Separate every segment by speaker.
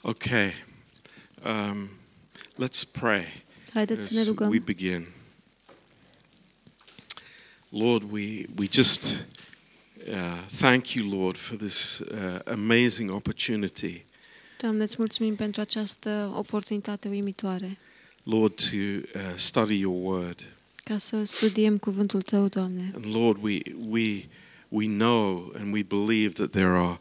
Speaker 1: Okay. Um, let's pray
Speaker 2: Haideți să ne
Speaker 1: as we
Speaker 2: rugăm.
Speaker 1: begin. Lord, we, we just uh, thank you, Lord, for this uh, amazing opportunity,
Speaker 2: Doamne, îți mulțumim pentru această oportunitate uimitoare
Speaker 1: Lord, to uh, study your word.
Speaker 2: ca să studiem cuvântul Tău, Doamne.
Speaker 1: And Lord, we, we, we know and we believe that there are,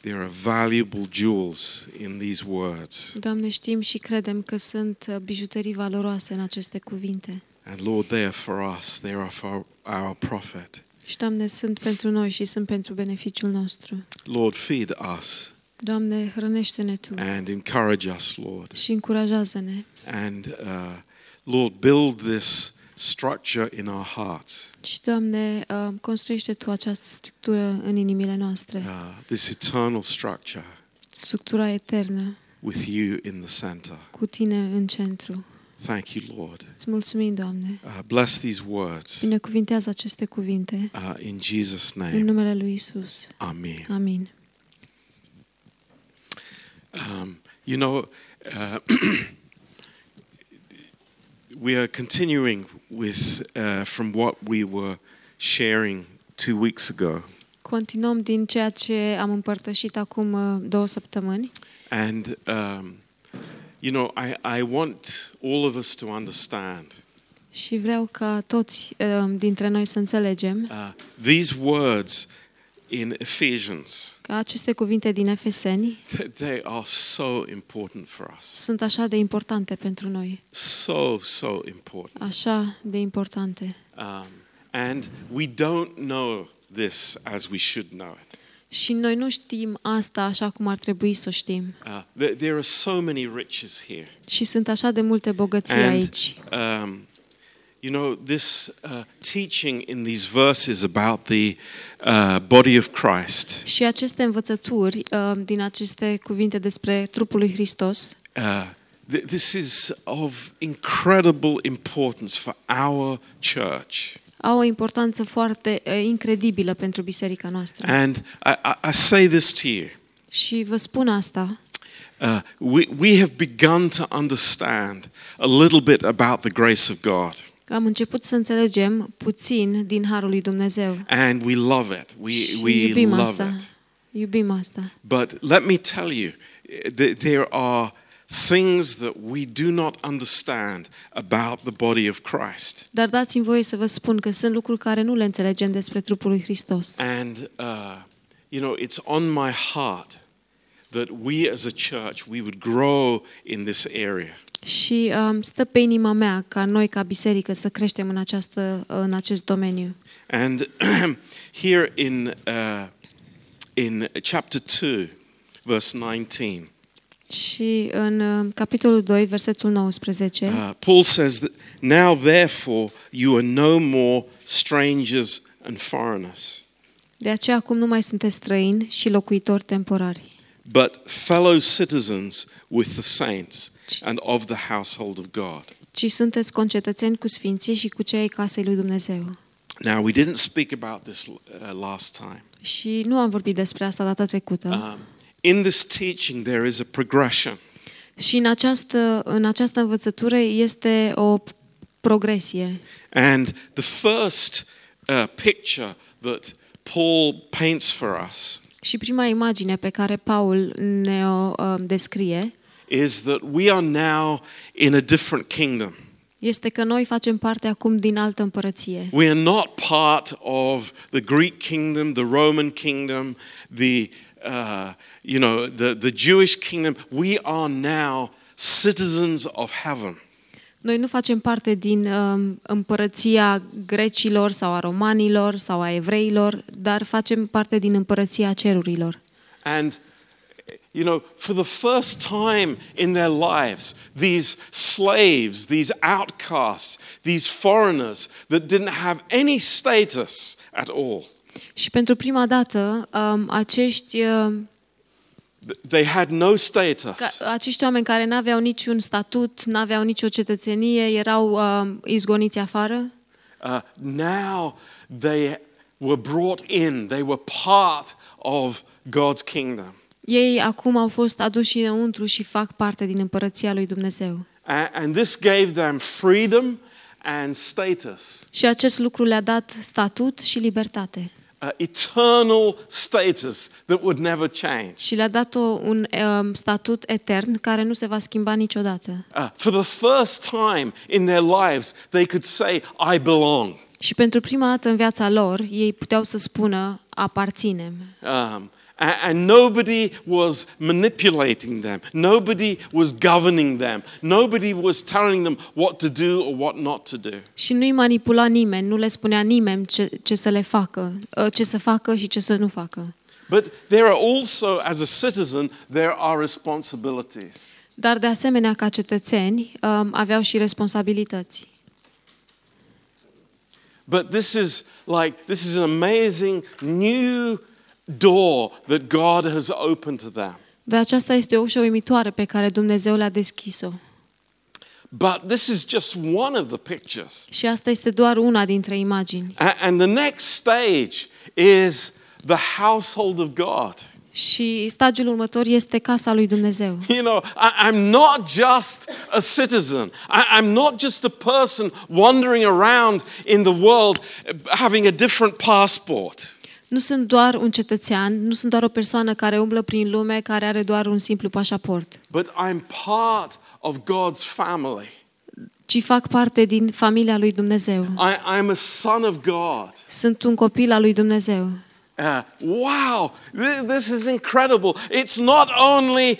Speaker 1: there are valuable jewels in these words.
Speaker 2: Doamne, știm și credem că sunt uh, bijuterii valoroase în aceste cuvinte.
Speaker 1: And Lord, they are for us, they are for our profit.
Speaker 2: Și, Doamne, sunt pentru noi și sunt pentru beneficiul nostru.
Speaker 1: Lord, feed us
Speaker 2: Doamne, hrănește-ne Tu
Speaker 1: and encourage us, Lord.
Speaker 2: și încurajează-ne.
Speaker 1: And uh, Lord, build this structure in our hearts,
Speaker 2: Și, Doamne, uh, construiește Tu această structură în inimile noastre,
Speaker 1: uh, this eternal structure
Speaker 2: structura eternă,
Speaker 1: with you in the center.
Speaker 2: cu Tine în centru.
Speaker 1: Thank you, Lord.
Speaker 2: Îți mulțumim, Doamne.
Speaker 1: Uh, bless these words
Speaker 2: Binecuvintează aceste cuvinte
Speaker 1: uh, in Jesus'
Speaker 2: în
Speaker 1: name.
Speaker 2: numele Lui Isus.
Speaker 1: Amen.
Speaker 2: Amin.
Speaker 1: Um, you know, uh, we are continuing with uh, from what we were sharing two weeks ago,
Speaker 2: Continuăm din ceea ce am împărtășit acum uh, două săptămâni
Speaker 1: and um, you know, I, I want all of us to understand
Speaker 2: și vreau ca toți uh, dintre noi să înțelegem
Speaker 1: uh, these words in Ephesians.
Speaker 2: că aceste cuvinte din Efeseni
Speaker 1: that They are so important for us,
Speaker 2: sunt așa de importante pentru noi,
Speaker 1: so so important,
Speaker 2: așa de importante.
Speaker 1: um, and we don't know this as we should know it.
Speaker 2: Și noi nu știm asta așa cum ar trebui să o știm.
Speaker 1: Uh, there, there are so many riches here.
Speaker 2: Și sunt așa de multe bogății
Speaker 1: And,
Speaker 2: aici.
Speaker 1: um, you know, this uh, teaching in these verses about the uh, body of Christ
Speaker 2: Și aceste învățături uh, din aceste cuvinte despre trupul lui Hristos
Speaker 1: uh, th- this is of incredible importance for our church.
Speaker 2: au o importanță foarte uh, incredibilă pentru biserica noastră.
Speaker 1: And I, I, I say this to you
Speaker 2: Și vă spun asta
Speaker 1: uh, we, we have begun to understand a little bit about the grace of God,
Speaker 2: Am început să înțelegem puțin din harul lui Dumnezeu.
Speaker 1: and we love it. We,
Speaker 2: și
Speaker 1: we
Speaker 2: iubim
Speaker 1: love
Speaker 2: asta.
Speaker 1: it.
Speaker 2: Iubim asta.
Speaker 1: But let me tell you, eh, th- there are things that we do not understand about the body of Christ.
Speaker 2: Dar dați-mi voie să vă spun că sunt lucruri care nu le înțelegem despre trupul lui Hristos.
Speaker 1: And, uh, you know, it's on my heart that we as a church, we would grow in this area.
Speaker 2: Și um, stă pe inima mea ca noi, ca biserică, să creștem în, această, în acest domeniu.
Speaker 1: And here in, uh, in chapter 2, verse 19,
Speaker 2: Și în um, capitolul 2, versetul 19,
Speaker 1: uh, Paul says that now therefore you are no more strangers and foreigners.
Speaker 2: de aceea acum nu mai sunteți străini și locuitori temporari,
Speaker 1: but fellow citizens with the saints and of the household of God.
Speaker 2: ci sunteți concetățeni cu sfinții și cu cei ai casei lui Dumnezeu.
Speaker 1: Now, we didn't speak about this uh, last time.
Speaker 2: Și nu am vorbit despre asta data trecută.
Speaker 1: Um, in this teaching, there is a progression.
Speaker 2: Și în această, în această învățătură este o progresie.
Speaker 1: And the first uh, picture that Paul paints for us
Speaker 2: Și prima imagine pe care Paul ne o uh, descrie
Speaker 1: is that we are now in a different kingdom.
Speaker 2: este că noi facem parte acum din altă împărăție.
Speaker 1: We are not part of the Greek kingdom, the Roman kingdom, the uh, you know the, the Jewish kingdom. We are now citizens of heaven.
Speaker 2: Noi nu facem parte din um, împărăția grecilor sau a romanilor sau a evreilor, dar facem parte din împărăția cerurilor.
Speaker 1: And you know, for the first time in their lives, these slaves, these outcasts, these foreigners that didn't have any status at all,
Speaker 2: Și pentru prima dată, um, acești, um,
Speaker 1: th- they had no status.
Speaker 2: ca, acești oameni care nu aveau niciun statut, nu aveau nicio cetățenie, erau um, izgoniți afară,
Speaker 1: Uh, now they were brought in, they were part of God's kingdom.
Speaker 2: Ei acum au fost aduși înăuntru și fac parte din împărăția lui Dumnezeu.
Speaker 1: A- And this gave them freedom and status,
Speaker 2: Și acest lucru le-a dat statut și libertate.
Speaker 1: uh, eternal status that would never change.
Speaker 2: Și le-a dat o, un um, statut etern care nu se va schimba niciodată.
Speaker 1: Uh, for the first time in their lives, they could say, I belong.
Speaker 2: Și pentru prima dată în viața lor, ei puteau să spună, aparținem.
Speaker 1: Um, a- and nobody was manipulating them. Nobody was governing them. Nobody was telling them what to do or what not to do.
Speaker 2: Și nu-i manipula nimeni, nu le spunea nimeni ce, ce să le facă, uh, ce să facă și ce să nu facă.
Speaker 1: But there are also, as a citizen, there are responsibilities.
Speaker 2: Dar de asemenea, ca cetățeni, um, aveau și responsabilități.
Speaker 1: But this is like, this is an amazing new door that God has opened to them.
Speaker 2: Dar aceasta este o ușă uimitoare pe care Dumnezeu le-a deschis-o.
Speaker 1: But this is just one of the pictures.
Speaker 2: Și asta este doar una dintre imagini.
Speaker 1: A- And the next stage is the household of God.
Speaker 2: Și stagiul următor este casa lui Dumnezeu.
Speaker 1: You know, I, am not just a citizen. I, am not just a person wandering around in the world eh, having a different passport.
Speaker 2: Nu sunt doar un cetățean, nu sunt doar o persoană care umblă prin lume, care are doar un simplu pașaport,
Speaker 1: But I'm part of God's family.
Speaker 2: ci fac parte din familia lui Dumnezeu.
Speaker 1: I, I'm a son of God.
Speaker 2: Sunt un copil al lui Dumnezeu.
Speaker 1: Uh, wow, th- this is incredible. It's not only I,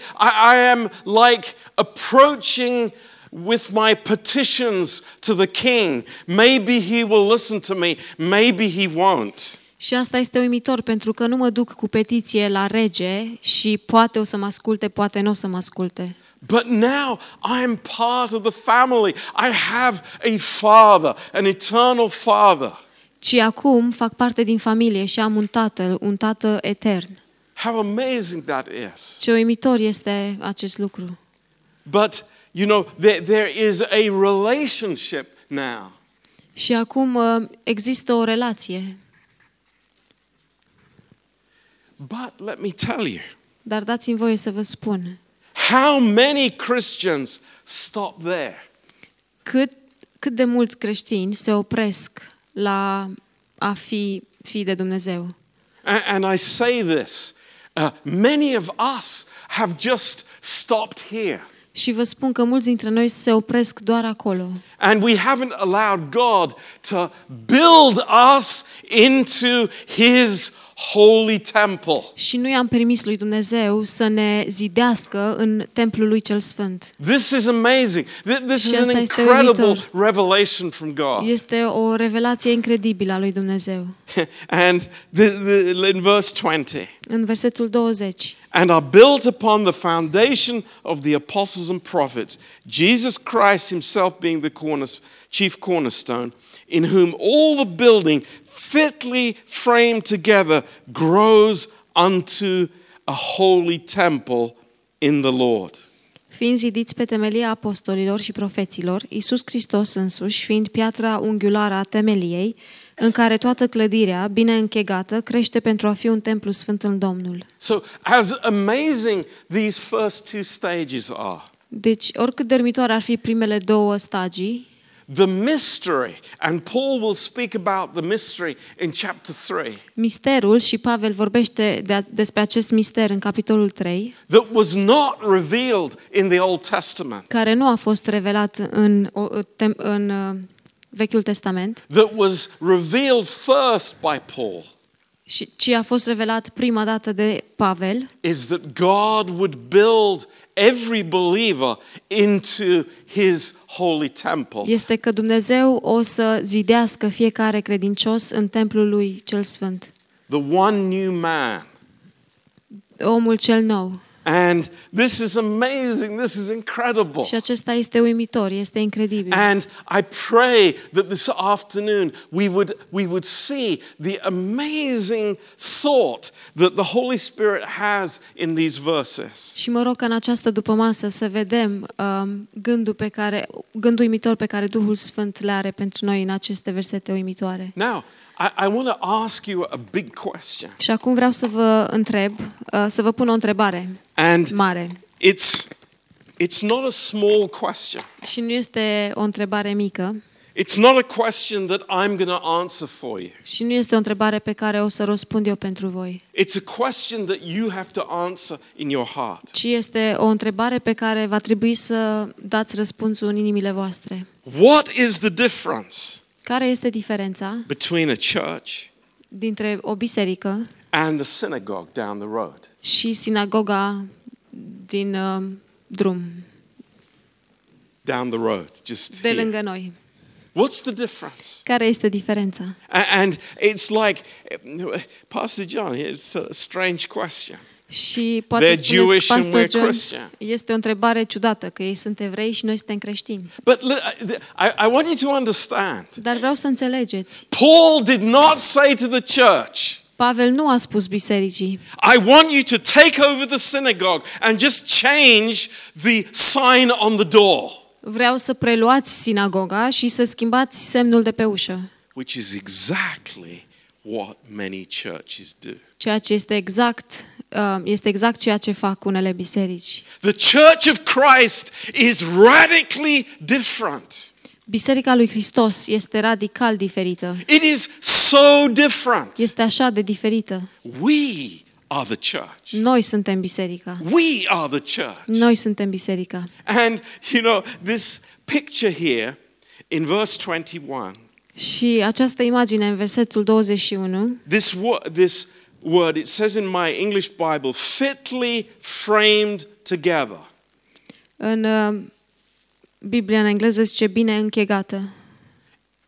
Speaker 1: I am like approaching with my petitions to the king. Maybe he will listen to me, maybe he won't.
Speaker 2: Și asta este uimitor, pentru că nu mă duc cu petiție la rege și poate o să mă asculte, poate nu o să mă asculte.
Speaker 1: But now I am part of the family. I have a father, an eternal father.
Speaker 2: Ci acum fac parte din familie și am un tatăl, un tată etern.
Speaker 1: How amazing that is.
Speaker 2: Ce uimitor este acest lucru.
Speaker 1: But, you know, there, there is a relationship now.
Speaker 2: Și acum uh, există o relație.
Speaker 1: But let me tell you
Speaker 2: Dar dați-mi voie să vă spun
Speaker 1: how many Christians stop there?
Speaker 2: cât, cât de mulți creștini se opresc la a fi fi de Dumnezeu.
Speaker 1: A- And, I say this uh, many of us have just stopped here.
Speaker 2: Și vă spun că mulți dintre noi se opresc doar acolo.
Speaker 1: And we haven't allowed God to build us into His holy temple.
Speaker 2: Și nu i-am permis lui Dumnezeu să ne zidească în templul lui cel sfânt.
Speaker 1: This is amazing. Th- This
Speaker 2: Și
Speaker 1: is an
Speaker 2: asta este
Speaker 1: incredible
Speaker 2: uimitor.
Speaker 1: revelation from God.
Speaker 2: Este o revelație incredibilă a lui Dumnezeu.
Speaker 1: And the, the, in verse 20,
Speaker 2: În versetul 20.
Speaker 1: and are built upon the foundation of the apostles and prophets, Jesus Christ himself being the corner, chief cornerstone, in whom all the building fitly framed together grows unto a holy temple in the Lord.
Speaker 2: Fiind zidiți pe temelia apostolilor și profeților, Iisus Hristos însuși fiind piatra unghiulară a temeliei, în care toată clădirea, bine închegată, crește pentru a fi un templu sfânt în Domnul.
Speaker 1: So, as amazing these first two stages are,
Speaker 2: Deci, oricât de urmitoare ar fi primele două stagii,
Speaker 1: the mystery, and Paul will speak about the mystery in chapter 3.
Speaker 2: misterul, și Pavel vorbește de, despre acest mister în capitolul 3,
Speaker 1: that was not revealed in the Old Testament,
Speaker 2: care nu a fost revelat în, o- tem- în uh, Vechiul Testament,
Speaker 1: that was revealed first by Paul,
Speaker 2: și- ci a fost revelat prima dată de Pavel,
Speaker 1: is that God would build every believer into his holy temple.
Speaker 2: este că Dumnezeu o să zidească fiecare credincios în templul lui cel sfânt,
Speaker 1: The one new man.
Speaker 2: omul cel nou.
Speaker 1: And this is amazing. This is incredible.
Speaker 2: Și acesta este uimitor, este incredibil.
Speaker 1: And I pray that this afternoon we would, we would see the amazing thought that the Holy Spirit has in these verses.
Speaker 2: Și mă rog ca în această dupămasă să vedem um, gândul, pe care, gândul uimitor pe care Duhul Sfânt le are pentru noi în aceste versete uimitoare.
Speaker 1: Now, I, I want to ask you a big question.
Speaker 2: Și acum vreau să vă întreb, uh, să vă pun o întrebare
Speaker 1: And
Speaker 2: mare.
Speaker 1: it's, it's not a small question.
Speaker 2: Și nu este o întrebare mică
Speaker 1: It's not a question that I'm going to answer for you.
Speaker 2: și nu este o întrebare pe care o să răspund eu pentru voi,
Speaker 1: It's a question that you have to answer in your heart.
Speaker 2: ci este o întrebare pe care va trebui să dați răspunsul în inimile voastre.
Speaker 1: What is the difference
Speaker 2: Care este diferența
Speaker 1: between a church
Speaker 2: dintre o biserică
Speaker 1: and the synagogue down the road?
Speaker 2: și sinagoga din uh, drum,
Speaker 1: Down the road, just
Speaker 2: de
Speaker 1: here.
Speaker 2: lângă noi?
Speaker 1: What's the difference?
Speaker 2: Care este diferența?
Speaker 1: A- And it's like, Pastor John, it's a strange question.
Speaker 2: Și
Speaker 1: They're
Speaker 2: poate spuneți,
Speaker 1: Jewish and
Speaker 2: Pastor
Speaker 1: we're
Speaker 2: John,
Speaker 1: Christian."
Speaker 2: este o întrebare ciudată, că ei sunt evrei și noi suntem creștini.
Speaker 1: But li- I, I want you to understand
Speaker 2: Dar vreau să înțelegeți,
Speaker 1: Paul did not say to the church,
Speaker 2: Pavel nu a spus bisericii,
Speaker 1: I want you to take over the synagogue and just change the sign on the door,
Speaker 2: vreau să preluați sinagoga și să schimbați semnul de pe ușă,
Speaker 1: which is exactly what many churches do.
Speaker 2: ceea ce este exact, uh, este exact ceea ce fac unele biserici.
Speaker 1: The church of Christ is radically different.
Speaker 2: Biserica lui Hristos este radical diferită.
Speaker 1: It is so different.
Speaker 2: Este așa de diferită.
Speaker 1: We are the church.
Speaker 2: Noi suntem biserica.
Speaker 1: We are the church.
Speaker 2: Noi suntem biserica.
Speaker 1: And you know, this picture here in verse 21,
Speaker 2: Și această imagine în versetul 21
Speaker 1: this wo- this word it says in my English Bible fitly framed together.
Speaker 2: În uh, Biblia în engleză zice bine închegată.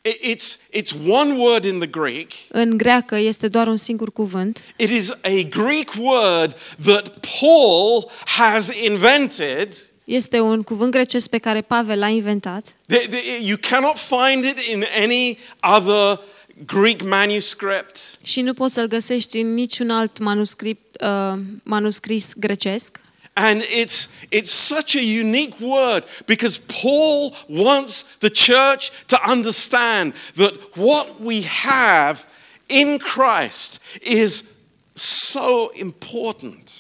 Speaker 1: I- It's it's one word in the Greek.
Speaker 2: În greacă este doar un singur cuvânt.
Speaker 1: It is a Greek word that Paul has invented.
Speaker 2: Este un cuvânt grecesc pe care Pavel l-a inventat.
Speaker 1: The- the- You cannot find it in any other Greek manuscript.
Speaker 2: Și nu poți să-l găsești în niciun alt manuscript, uh, manuscris grecesc.
Speaker 1: And it's, it's such a unique word because Paul wants the church to understand that what we have in Christ is so important.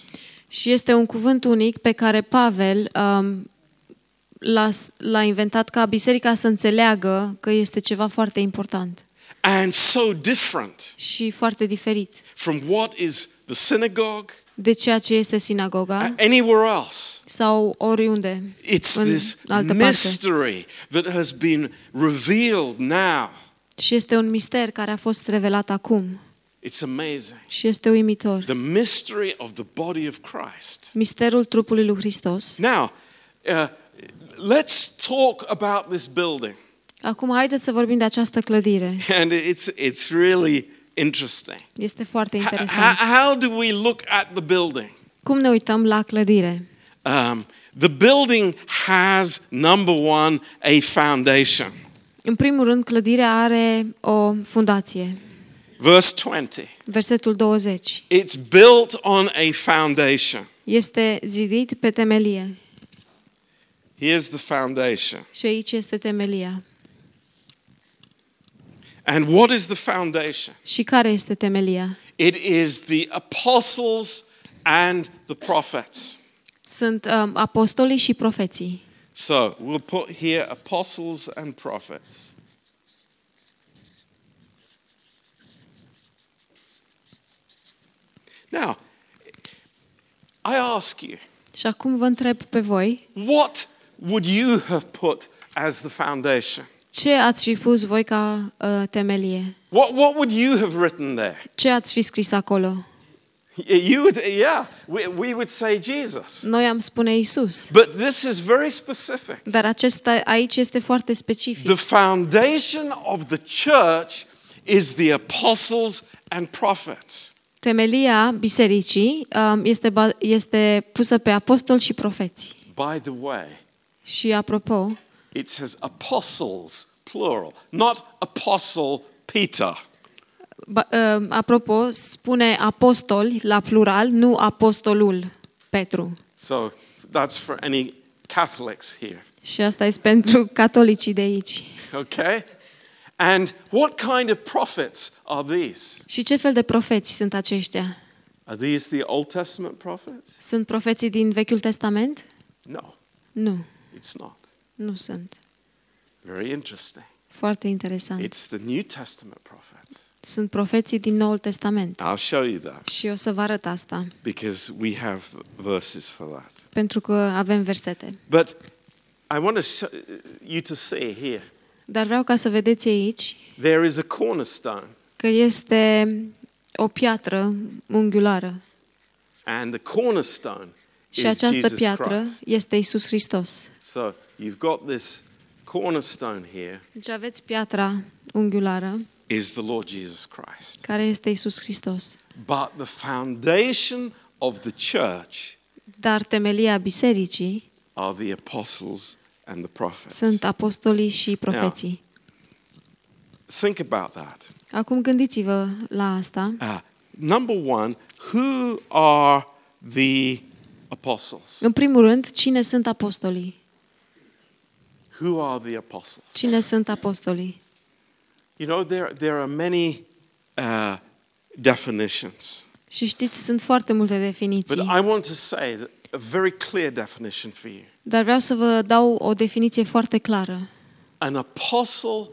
Speaker 2: Și este un cuvânt unic pe care Pavel um, l-a, l-a inventat ca biserica să înțeleagă că este ceva foarte important
Speaker 1: And so different
Speaker 2: și foarte diferit
Speaker 1: from what is the synagogue,
Speaker 2: de ceea ce este sinagoga
Speaker 1: anywhere else.
Speaker 2: sau oriunde.
Speaker 1: It's
Speaker 2: în
Speaker 1: this
Speaker 2: altă parte.
Speaker 1: mystery that has been revealed now.
Speaker 2: Și este un mister care a fost revelat acum
Speaker 1: It's amazing.
Speaker 2: și este uimitor.
Speaker 1: The mystery of the body of Christ.
Speaker 2: Misterul trupului lui Hristos.
Speaker 1: Now, uh, let's talk about this building.
Speaker 2: Acum haideți să vorbim de această clădire.
Speaker 1: And it's, it's really interesting.
Speaker 2: Este foarte
Speaker 1: H- h-
Speaker 2: interesant.
Speaker 1: how do we look at the building?
Speaker 2: Cum ne uităm la clădire?
Speaker 1: Um, the building has, number one, a foundation.
Speaker 2: În primul rând, clădirea are o fundație.
Speaker 1: Verse 20.
Speaker 2: Versetul 20.
Speaker 1: It's built on a foundation.
Speaker 2: Este zidit pe temelie.
Speaker 1: Here's the foundation.
Speaker 2: Și aici este temelia.
Speaker 1: And what is the foundation?
Speaker 2: Și care este temelia?
Speaker 1: It is the apostles and the prophets.
Speaker 2: Sunt um, apostolii și profeții.
Speaker 1: So we'll put here apostles and prophets. Now, I ask you,
Speaker 2: Și acum vă întreb pe voi,
Speaker 1: what would you have put as the foundation?
Speaker 2: ce ați fi pus voi ca uh, temelie?
Speaker 1: What, what would you have written there?
Speaker 2: Ce ați fi scris acolo?
Speaker 1: You would, yeah, we, we would say Jesus.
Speaker 2: Noi am spune Isus.
Speaker 1: But this is very specific.
Speaker 2: Dar acesta aici este foarte specific.
Speaker 1: The foundation of the church is the apostles and prophets.
Speaker 2: Temelia bisericii um, este, ba- este pusă pe apostoli și profeți.
Speaker 1: By the way,
Speaker 2: Și apropo,
Speaker 1: it says apostles, plural, not apostle Peter.
Speaker 2: ba- uh, apropo spune apostoli la plural, nu apostolul Petru.
Speaker 1: So that's for any Catholics here,
Speaker 2: Și asta este pentru catolicii de aici.
Speaker 1: okay? And what kind of prophets are these?
Speaker 2: Și ce fel de profeți sunt aceștia?
Speaker 1: Are these the Old Testament prophets?
Speaker 2: Sunt profeții din Vechiul Testament?
Speaker 1: No,
Speaker 2: Nu,
Speaker 1: it's not.
Speaker 2: nu sunt.
Speaker 1: Very interesting.
Speaker 2: Foarte interesant.
Speaker 1: It's the New Testament prophets.
Speaker 2: Sunt profeții din Noul Testament.
Speaker 1: I'll show you that
Speaker 2: Și o să vă arăt asta,
Speaker 1: because we have verses for that.
Speaker 2: pentru că avem versete.
Speaker 1: But I want to show you to see here
Speaker 2: Dar vreau ca să vedeți aici
Speaker 1: there is a cornerstone,
Speaker 2: că este o piatră unghiulară
Speaker 1: and the cornerstone
Speaker 2: și
Speaker 1: is
Speaker 2: această
Speaker 1: Jesus
Speaker 2: piatră
Speaker 1: Christ.
Speaker 2: este Isus Hristos.
Speaker 1: So you've got this cornerstone here
Speaker 2: Deci aveți piatra unghiulară
Speaker 1: is the Lord Jesus Christ.
Speaker 2: care este Isus Hristos.
Speaker 1: But the foundation of the church
Speaker 2: Dar temelia bisericii
Speaker 1: are the apostles and the prophets.
Speaker 2: sunt apostolii și profeții.
Speaker 1: Think about that.
Speaker 2: Acum gândiți-vă la asta.
Speaker 1: Ah, number one, who are the apostles?
Speaker 2: În primul rând, cine sunt apostolii?
Speaker 1: Who are the apostles?
Speaker 2: Cine sunt apostolii?
Speaker 1: You know, there, there are many uh, definitions,
Speaker 2: Și știți, sunt foarte multe
Speaker 1: but
Speaker 2: definiții,
Speaker 1: I want to say that a very clear definition for you.
Speaker 2: dar vreau să vă dau o definiție foarte clară.
Speaker 1: An apostle,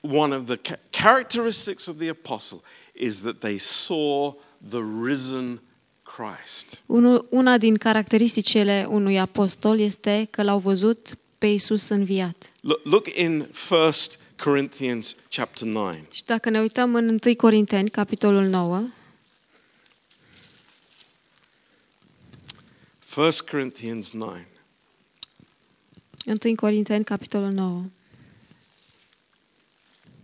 Speaker 1: one of the ca- characteristics of the apostle is that they saw the risen Christ.
Speaker 2: Unu- Una din caracteristicile unui apostol este că l-au văzut pe Isus înviat.
Speaker 1: Look, look in 1 Corinthians chapter 9.
Speaker 2: Și dacă ne uităm în 1 Corinteni, capitolul 9,
Speaker 1: 1 Corinthians 9.
Speaker 2: 1 Corinteni, capitolul 9,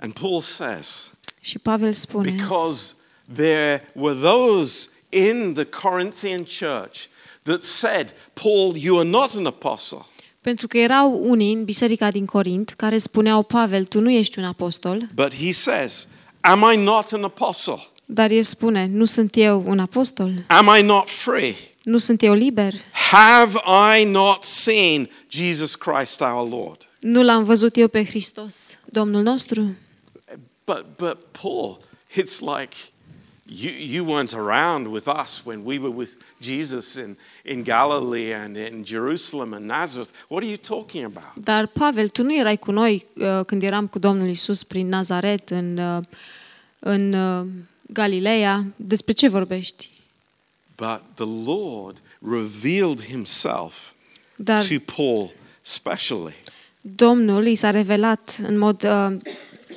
Speaker 1: And Paul says,
Speaker 2: și Pavel spune,
Speaker 1: Because there were those in the Corinthian church that said, Paul, you are not an apostle.
Speaker 2: pentru că erau unii în biserica din Corint care spuneau, Pavel, tu nu ești un apostol,
Speaker 1: But he says, Am I not an apostle?
Speaker 2: dar el spune, nu sunt eu un apostol,
Speaker 1: Am I not free?
Speaker 2: nu sunt eu liber,
Speaker 1: Have I not seen Jesus Christ our Lord?
Speaker 2: nu l-am văzut eu pe Hristos, Domnul nostru.
Speaker 1: But, but Paul, it's like you, you weren't around with us when we were with Jesus in, in Galilee and in Jerusalem and Nazareth. What are you talking about?
Speaker 2: Dar, Pavel, tu nu erai cu noi uh, când eram cu Domnul Isus prin Nazaret, în, uh, în uh, Galileea? Despre ce vorbești?
Speaker 1: But the Lord revealed himself
Speaker 2: Dar
Speaker 1: to Paul specially.
Speaker 2: Domnul i s-a revelat în mod uh,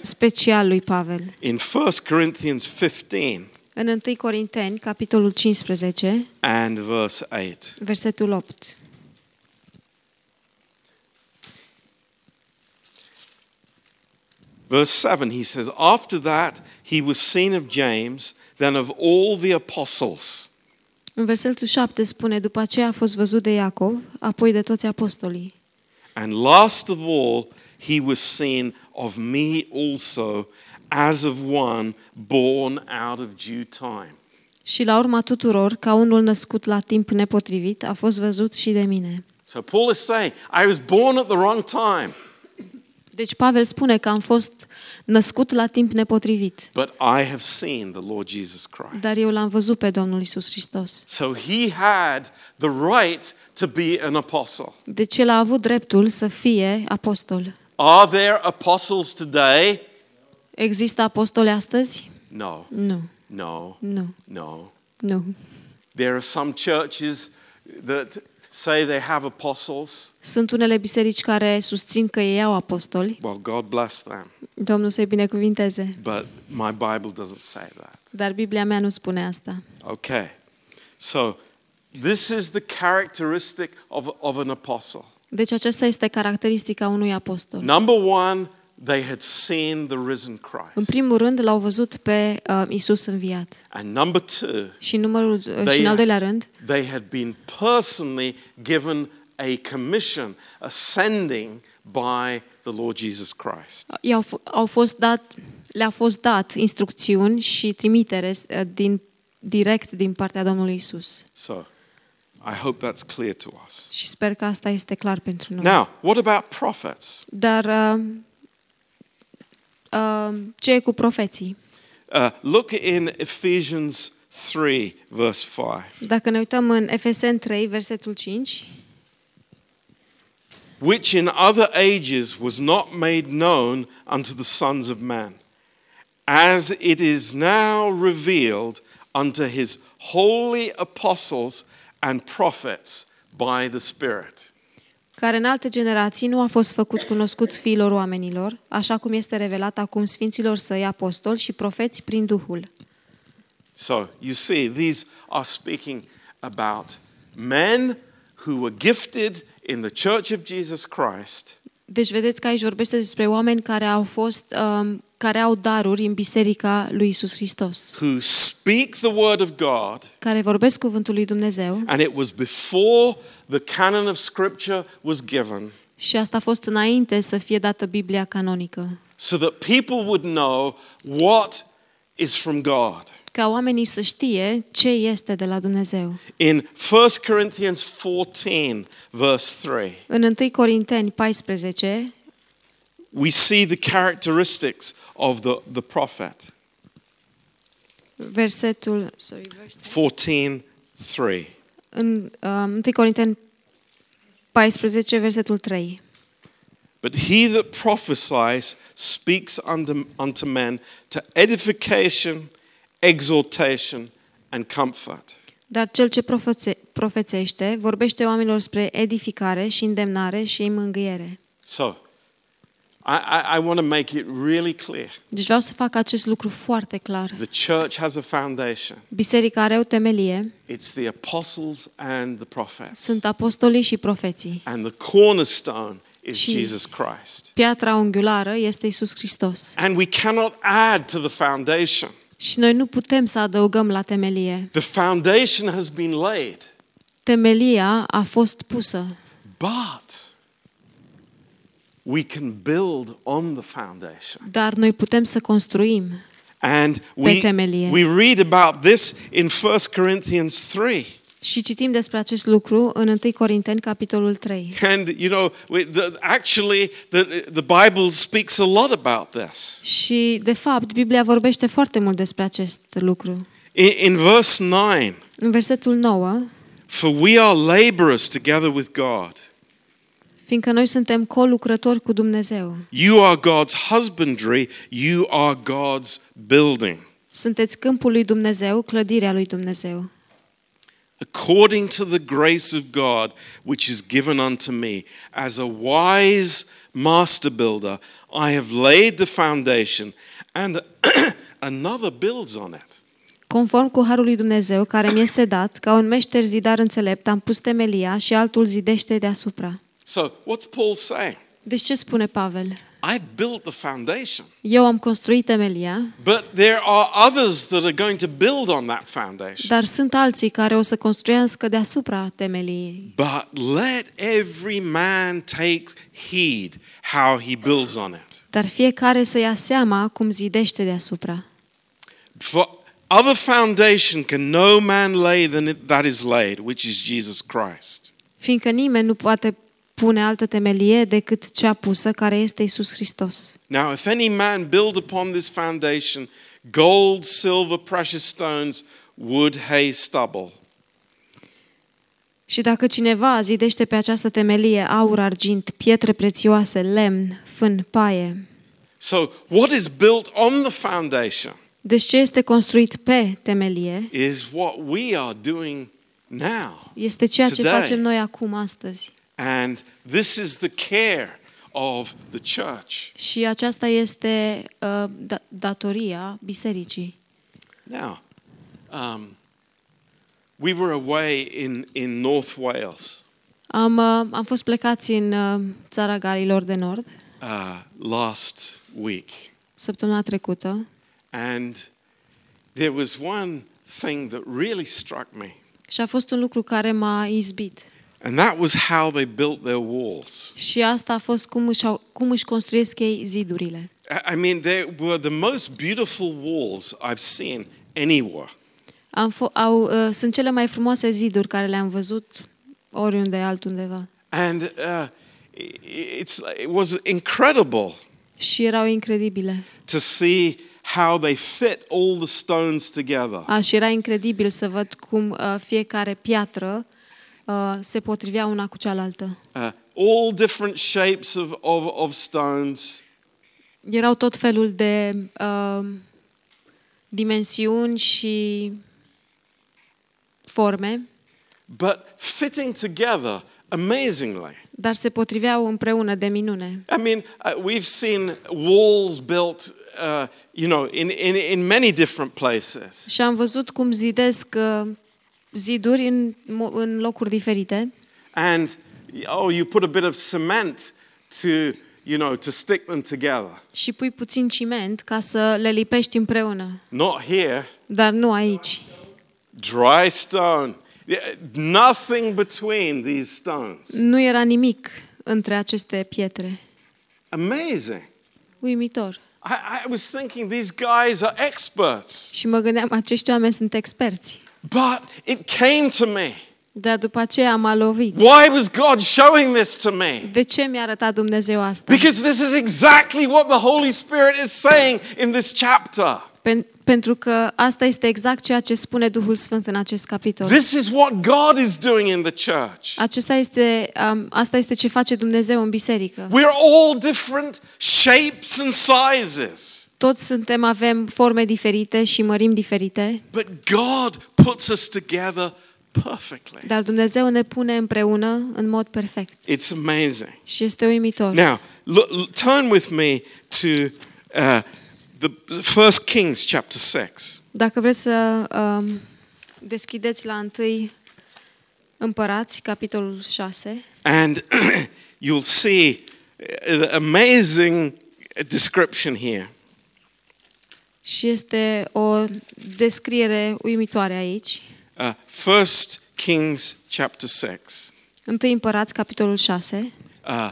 Speaker 2: special lui Pavel.
Speaker 1: In 1 Corinthians 15
Speaker 2: În 1 Corinteni, capitolul 15,
Speaker 1: and verse 8,
Speaker 2: versetul 8.
Speaker 1: verse 7, he says, After that he was seen of James, then of all the apostles.
Speaker 2: În versetul 7 spune, după aceea a fost văzut de Iacov, apoi de toți apostolii.
Speaker 1: And last of all, he was seen of me also, as of one born out of due time.
Speaker 2: Și la urma tuturor, ca unul născut la timp nepotrivit, a fost văzut și de mine.
Speaker 1: So Paul is saying, I was born at the wrong time,
Speaker 2: Deci Pavel spune că am fost născut la timp nepotrivit,
Speaker 1: but I have seen the Lord Jesus Christ.
Speaker 2: dar eu l-am văzut pe Domnul Isus Hristos.
Speaker 1: So he had the right to be an apostle.
Speaker 2: Deci el a avut dreptul să fie apostol.
Speaker 1: Are there apostles today?
Speaker 2: Există apostoli astăzi?
Speaker 1: No,
Speaker 2: Nu,
Speaker 1: no,
Speaker 2: nu,
Speaker 1: no.
Speaker 2: nu.
Speaker 1: There are some churches that say they have apostles.
Speaker 2: Sunt unele biserici care susțin că ei au apostoli.
Speaker 1: Well, God bless them.
Speaker 2: Domnul să-i binecuvinteze.
Speaker 1: But my Bible doesn't say that.
Speaker 2: Dar Biblia mea nu spune asta.
Speaker 1: Okay. So this is the characteristic of, of an apostle.
Speaker 2: Deci aceasta este caracteristica unui apostol.
Speaker 1: Number one, they had seen the risen
Speaker 2: În
Speaker 1: Christ.
Speaker 2: primul rând, l-au văzut pe uh, Isus înviat.
Speaker 1: And number two,
Speaker 2: Și, numărul, uh,
Speaker 1: They-
Speaker 2: și în al doilea rând,
Speaker 1: They had been personally given a commission, a sending by the Lord Jesus Christ.
Speaker 2: I-au, f- au fost dat, le-a fost dat instrucțiuni și trimitere eh, din, direct din partea Domnului Isus.
Speaker 1: So I hope that's clear to us.
Speaker 2: Și sper că Mm-hmm.
Speaker 1: Da.
Speaker 2: asta este clar pentru noi.
Speaker 1: Now, what about prophets?
Speaker 2: Dar uh, uh, ce e cu profeții.
Speaker 1: Uh, look in Ephesians 3, verse 5.
Speaker 2: Dacă ne uităm în Efesen 3, versetul 5,
Speaker 1: which in other ages was not made known unto the sons of man, as it is now revealed unto his holy apostles and prophets by the Spirit.
Speaker 2: care în alte generații nu a fost făcut cunoscut fiilor oamenilor, așa cum este revelat acum sfinților săi apostoli și profeți prin Duhul.
Speaker 1: So you see, these are speaking about men who were gifted in the church of Jesus Christ,
Speaker 2: Deci vedeți că aici vorbește despre oameni care au fost um, care au daruri în biserica lui Isus Hristos,
Speaker 1: who speak the word of God.
Speaker 2: care vorbesc cuvântul lui Dumnezeu
Speaker 1: And it was before the canon of Scripture was given,
Speaker 2: și asta a fost înainte să fie dată Biblia canonică,
Speaker 1: so that people would know what is from God.
Speaker 2: ca oamenii să știe ce este de la Dumnezeu.
Speaker 1: In 1 Corinthians 14, verse 3,
Speaker 2: În 1 Corinteni 14
Speaker 1: we see the characteristics of the, the prophet.
Speaker 2: versetul sorry, vers-
Speaker 1: 14, 3.
Speaker 2: în um, 1 Corinteni 14 versetul 3.
Speaker 1: But he that prophesies speaks unto, unto men to edification, exhortation, and comfort.
Speaker 2: Dar cel ce profețe- profețește vorbește oamenilor spre edificare și îndemnare și mângâiere.
Speaker 1: So, I, I, I want to make it really clear.
Speaker 2: Deci vreau să fac acest lucru foarte clar.
Speaker 1: The church has a foundation.
Speaker 2: Biserica are o temelie,
Speaker 1: It's the apostles and the prophets.
Speaker 2: sunt apostolii și profeții.
Speaker 1: And the cornerstone is
Speaker 2: She-
Speaker 1: Jesus Christ.
Speaker 2: Piatra unghiulară este Isus Hristos.
Speaker 1: And we cannot add to the foundation.
Speaker 2: Și noi nu putem să adăugăm la temelie.
Speaker 1: The foundation has been laid,
Speaker 2: Temelia a fost pusă,
Speaker 1: but we can build on the foundation.
Speaker 2: dar noi putem să construim.
Speaker 1: And we,
Speaker 2: temelie.
Speaker 1: we read about this in 1 Corinthians 3.
Speaker 2: Și citim despre acest lucru în 1 Corinteni, capitolul 3.
Speaker 1: And, you know, we, the, actually, the, the Bible speaks a lot about this.
Speaker 2: Și, de fapt, Biblia vorbește foarte mult despre acest lucru.
Speaker 1: In, in verse 9,
Speaker 2: În versetul 9,
Speaker 1: for we are laborers together with God.
Speaker 2: fiindcă noi suntem colucrători cu Dumnezeu,
Speaker 1: You are God's husbandry, you are God's building.
Speaker 2: sunteți câmpul lui Dumnezeu, clădirea lui Dumnezeu.
Speaker 1: According to the grace of God, which is given unto me, as a wise master builder, I have laid the foundation, and another builds on it.
Speaker 2: Conform cu harul lui Dumnezeu care mi este dat, ca un meșter zidar înțelept, am pus temelia și altul zidește deasupra.
Speaker 1: So, what's Paul saying?
Speaker 2: Deci ce spune Pavel?
Speaker 1: I've built the foundation,
Speaker 2: Eu am construit temelia,
Speaker 1: but there are others that are going to build on that foundation.
Speaker 2: dar sunt alții care o să construiască deasupra temeliei.
Speaker 1: But let every man take heed how he builds on it.
Speaker 2: Dar fiecare să ia seama cum zidește deasupra.
Speaker 1: For other foundation can no man lay than it that is laid, which is Jesus Christ.
Speaker 2: Fiindcă nimeni nu poate pune altă temelie decât cea pusă care este Isus Hristos.
Speaker 1: Now, if any man build upon this foundation gold, silver, precious stones, wood, hay, stubble.
Speaker 2: Și dacă cineva zidește pe această temelie aur, argint, pietre prețioase, lemn, fân, paie,
Speaker 1: So, what is built on the foundation
Speaker 2: deci ce este construit pe temelie
Speaker 1: is what we are doing now.
Speaker 2: este ceea ce
Speaker 1: Today.
Speaker 2: facem noi acum, astăzi.
Speaker 1: And this is the care of the church.
Speaker 2: Și aceasta este uh, da- datoria bisericii.
Speaker 1: Now, um, we were away in, in North Wales
Speaker 2: Am, uh, am fost plecați în uh, țara Galilor de Nord
Speaker 1: uh, last week,
Speaker 2: săptămâna trecută
Speaker 1: and there was one thing that really struck me,
Speaker 2: și a fost un lucru care m-a izbit.
Speaker 1: and that was how they built their walls.
Speaker 2: Și asta a fost cum își, au, cum își construiesc ei zidurile.
Speaker 1: I I mean, they were the most beautiful walls I've seen anywhere.
Speaker 2: Am fo- au, uh, sunt cele mai frumoase ziduri care le-am văzut oriunde altundeva.
Speaker 1: And uh, i- i- it's, it was incredible.
Speaker 2: și erau incredibile.
Speaker 1: to see how they fit all the stones together.
Speaker 2: A, și era incredibil să văd cum uh, fiecare piatră uh, se potrivea una cu cealaltă.
Speaker 1: Uh, all different shapes of, of, of stones,
Speaker 2: Erau tot felul de uh, dimensiuni și forme,
Speaker 1: but fitting together amazingly.
Speaker 2: dar se potriveau împreună de minune.
Speaker 1: I mean, uh, we've seen walls built, uh, you know, in, in, in many different places.
Speaker 2: Și am văzut cum zidesc uh, ziduri în, mo- în locuri diferite
Speaker 1: And, oh, you put a bit of cement to, you know, to stick them together.
Speaker 2: și pui puțin ciment ca să le lipești împreună,
Speaker 1: Not here.
Speaker 2: dar nu aici.
Speaker 1: Dry stone. Yeah, Nothing between these stones.
Speaker 2: Nu era nimic între aceste pietre.
Speaker 1: Amazing.
Speaker 2: Uimitor.
Speaker 1: I, I was thinking these guys are experts,
Speaker 2: Și mă gândeam, acești oameni sunt experți.
Speaker 1: but it came to me.
Speaker 2: Dar după aceea m-a lovit.
Speaker 1: Why was God showing this to me?
Speaker 2: De ce mi-a arătat Dumnezeu asta?
Speaker 1: Because this is exactly what the Holy Spirit is saying in this chapter.
Speaker 2: Pen- pentru că asta este exact ceea ce spune Duhul Sfânt în acest capitol.
Speaker 1: This is what God is doing in the church.
Speaker 2: Acesta este, um, asta este ce face Dumnezeu în biserică.
Speaker 1: We're all different shapes and sizes,
Speaker 2: Toți suntem, avem forme diferite și mărimi diferite,
Speaker 1: but God puts us together perfectly.
Speaker 2: dar Dumnezeu ne pune împreună în mod perfect.
Speaker 1: It's amazing.
Speaker 2: Și este uimitor.
Speaker 1: Now, look, look- turn with me to uh, the First Kings chapter 6.
Speaker 2: Dacă vreți să um, deschideți la întâi Împărați, capitolul 6,
Speaker 1: And you'll see an amazing description here.
Speaker 2: și este o descriere uimitoare aici.
Speaker 1: Uh, 1 Kings chapter 6.
Speaker 2: Întâi Împărați, capitolul 6.
Speaker 1: Uh,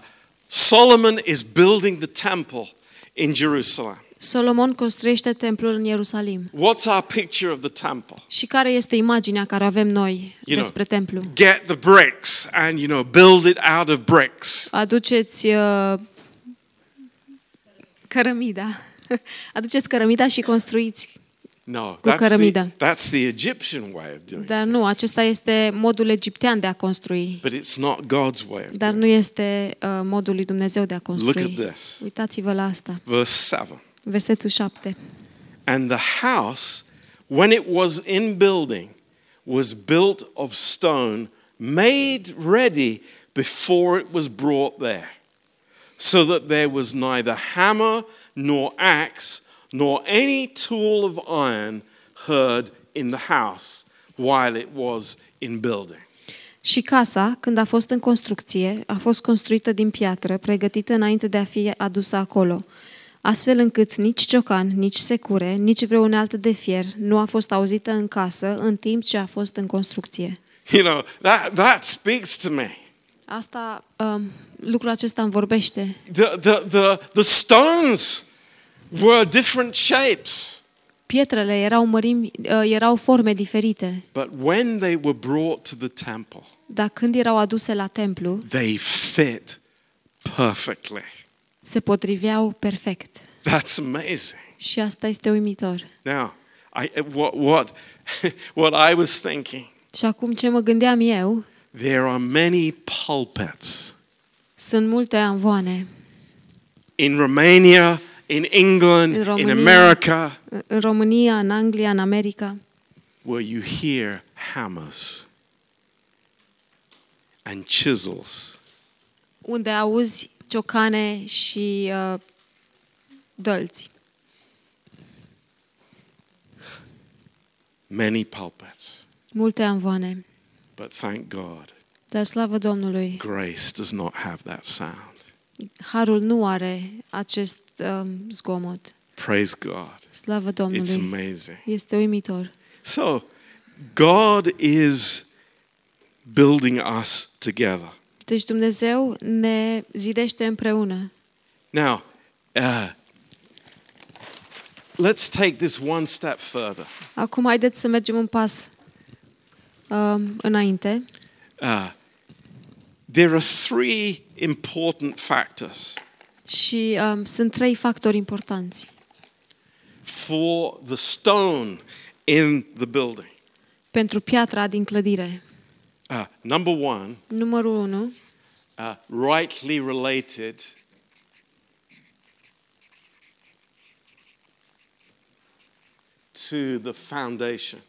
Speaker 1: Solomon is building the temple in Jerusalem.
Speaker 2: Solomon construiește templul în Ierusalim.
Speaker 1: What's our picture of the temple?
Speaker 2: Și care este imaginea care avem noi
Speaker 1: You know.
Speaker 2: despre templu?
Speaker 1: Get the bricks and, you know, build it out of bricks.
Speaker 2: Aduceți uh, cărămida. Aduceți cărămida și construiți.
Speaker 1: No,
Speaker 2: Cu
Speaker 1: that's the,
Speaker 2: cărămida.
Speaker 1: that's the Egyptian way of doing it.
Speaker 2: Dar nu, acesta este modul egiptean de a construi.
Speaker 1: But it's not God's way of
Speaker 2: Dar
Speaker 1: doing
Speaker 2: nu este uh, modul lui Dumnezeu de a
Speaker 1: it. Look at
Speaker 2: construi.
Speaker 1: this.
Speaker 2: Uitați-vă la asta.
Speaker 1: Verse 7.
Speaker 2: Versetul 7.
Speaker 1: And the house, when it was in building, was built of stone, made ready before it was brought there, so that there was neither hammer nor axe nor any tool of iron heard in the house while it was in building.
Speaker 2: Și casa, când a fost în construcție, a fost construită din piatră, pregătită înainte de a fi adusă acolo, astfel încât nici ciocan, nici secure, nici vreo unealtă de fier nu a fost auzită în casă în timp ce a fost în construcție.
Speaker 1: You know, that, that speaks to me.
Speaker 2: Asta, um, lucrul acesta îmi vorbește.
Speaker 1: The, the, the, the stones were different shapes.
Speaker 2: Pietrele erau mărimi, uh, erau forme diferite,
Speaker 1: But when they were brought to the temple,
Speaker 2: dar când erau aduse la templu,
Speaker 1: they fit perfectly.
Speaker 2: se potriveau perfect.
Speaker 1: That's amazing.
Speaker 2: Și asta este uimitor.
Speaker 1: Now, I, what, what, what I was thinking,
Speaker 2: Și acum ce mă gândeam eu,
Speaker 1: there are many pulpits
Speaker 2: sunt multe anvoane
Speaker 1: in Romania, in England,
Speaker 2: În
Speaker 1: in
Speaker 2: România.
Speaker 1: America,
Speaker 2: în România, în Anglia, în America,
Speaker 1: where you hear hammers and chisels
Speaker 2: unde auzi ciocane și uh, dălți.
Speaker 1: many pulpits
Speaker 2: Multe anvoane.
Speaker 1: but thank god
Speaker 2: Dar slavă Domnului,
Speaker 1: grace does not have that sound
Speaker 2: harul nu are acest uh, zgomot.
Speaker 1: praise god
Speaker 2: Slavă
Speaker 1: it's
Speaker 2: Domnului.
Speaker 1: amazing
Speaker 2: Este uimitor.
Speaker 1: So, God is building us together.
Speaker 2: Deci Dumnezeu ne zidește împreună.
Speaker 1: Now, uh, let's take this one step further.
Speaker 2: Acum haideți să mergem un pas uh, înainte.
Speaker 1: Uh, there are three important factors
Speaker 2: Și um, sunt trei factori importanți
Speaker 1: for the stone in the building.
Speaker 2: pentru piatra din clădire.
Speaker 1: Uh, number one,
Speaker 2: Numărul 1,
Speaker 1: uh, rightly related to the foundation.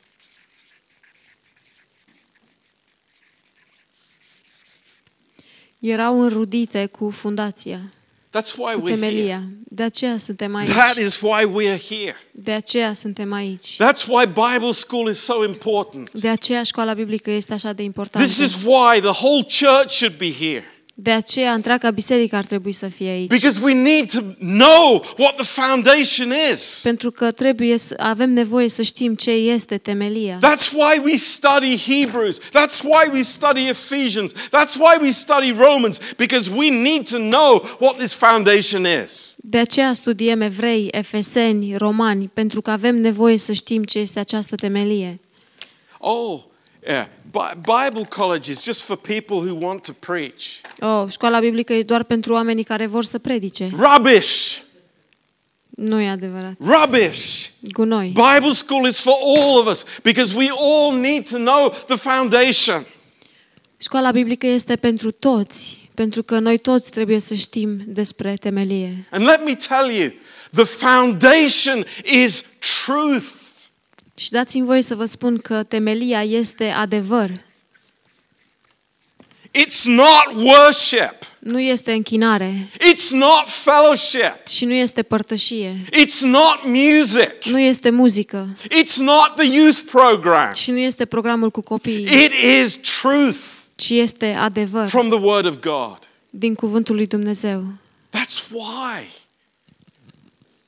Speaker 2: erau înrudite cu fundația,
Speaker 1: That's why
Speaker 2: cu
Speaker 1: we're here.
Speaker 2: temelia. De aceea suntem
Speaker 1: That
Speaker 2: aici.
Speaker 1: is why we're here.
Speaker 2: De aceea suntem aici.
Speaker 1: That's why Bible school is so important.
Speaker 2: De aceea școala biblică este așa de importantă.
Speaker 1: This is why the whole church should be here.
Speaker 2: De aceea întreaga biserică ar trebui să fie aici.
Speaker 1: Because we need to know what the foundation is.
Speaker 2: Pentru că trebuie să avem nevoie să știm ce este temelia.
Speaker 1: That's why we study Hebrews. That's why we study Ephesians. That's why we study Romans, because we need to know what this foundation is.
Speaker 2: De aceea studiem evrei, efeseni, romani, pentru că avem nevoie să știm ce este această temelie.
Speaker 1: Oh, yeah. Bi- Bible college is just for people who want to preach.
Speaker 2: Oh, școala biblică e doar pentru oamenii care vor să predice.
Speaker 1: Rubbish.
Speaker 2: Nu e adevărat.
Speaker 1: Rubbish.
Speaker 2: Gunoi.
Speaker 1: Bible school is for all of us because we all need to know the foundation.
Speaker 2: Școala biblică este pentru toți, pentru că noi toți trebuie să știm despre temelie.
Speaker 1: And let me tell you, the foundation is truth.
Speaker 2: Și dați-mi voie să vă spun că temelia este adevăr,
Speaker 1: It's not worship.
Speaker 2: nu este închinare
Speaker 1: It's not fellowship.
Speaker 2: și nu este părtășie,
Speaker 1: It's not music.
Speaker 2: nu este muzică
Speaker 1: It's not the youth program.
Speaker 2: și nu este programul cu copiii,
Speaker 1: It is truth
Speaker 2: ci este adevăr
Speaker 1: from the Word of God.
Speaker 2: din cuvântul lui Dumnezeu.
Speaker 1: That's why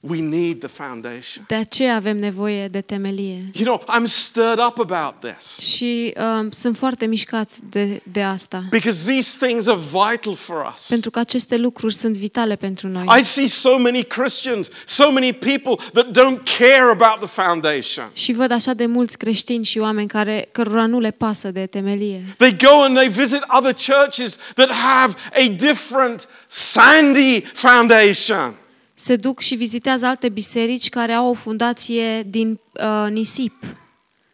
Speaker 1: we need the foundation.
Speaker 2: De aceea avem nevoie de temelie.
Speaker 1: You know, I'm stirred up about this
Speaker 2: Și um, sunt foarte mișcat de, de asta,
Speaker 1: because these things are vital for us.
Speaker 2: pentru că aceste lucruri sunt vitale pentru noi.
Speaker 1: I see so many Christians, so many people that don't care about the foundation.
Speaker 2: Și văd așa de mulți creștini și oameni care, cărora nu le pasă de temelie.
Speaker 1: They go and they visit other churches that have a different sandy foundation.
Speaker 2: Se duc și vizitează alte biserici care au o fundație din uh, nisip.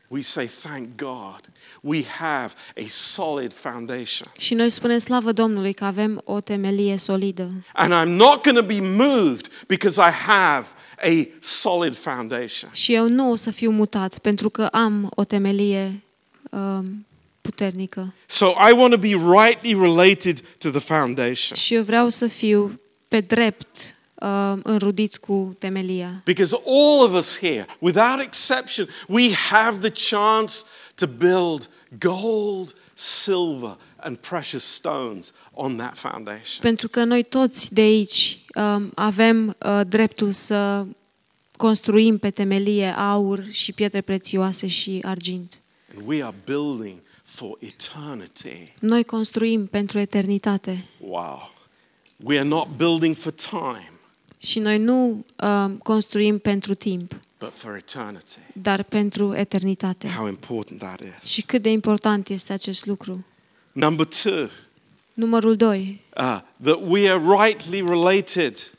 Speaker 1: We say, thank God, we have a solid foundation.
Speaker 2: Și noi spunem slavă Domnului că avem o temelie solidă.
Speaker 1: And I'm not going to be moved because I have a solid foundation.
Speaker 2: Și eu nu o să fiu mutat pentru că am o temelie uh, puternică.
Speaker 1: So I want to be rightly related to the foundation
Speaker 2: Și eu vreau să fiu pe drept uh, înrudit cu temelia.
Speaker 1: because all of us here, without exception, we have the chance to build gold, silver, and precious stones on that foundation.
Speaker 2: Pentru că noi toți de aici um, avem uh, dreptul să construim pe temelie aur și pietre prețioase și argint.
Speaker 1: And we are building for eternity.
Speaker 2: Noi construim pentru eternitate
Speaker 1: Wow. We are not building for time,
Speaker 2: și noi nu um, construim pentru timp,
Speaker 1: but for eternity.
Speaker 2: dar pentru eternitate.
Speaker 1: How important that is.
Speaker 2: Și cât de important este acest lucru.
Speaker 1: Number two,
Speaker 2: Numărul 2.
Speaker 1: uh, that we are rightly related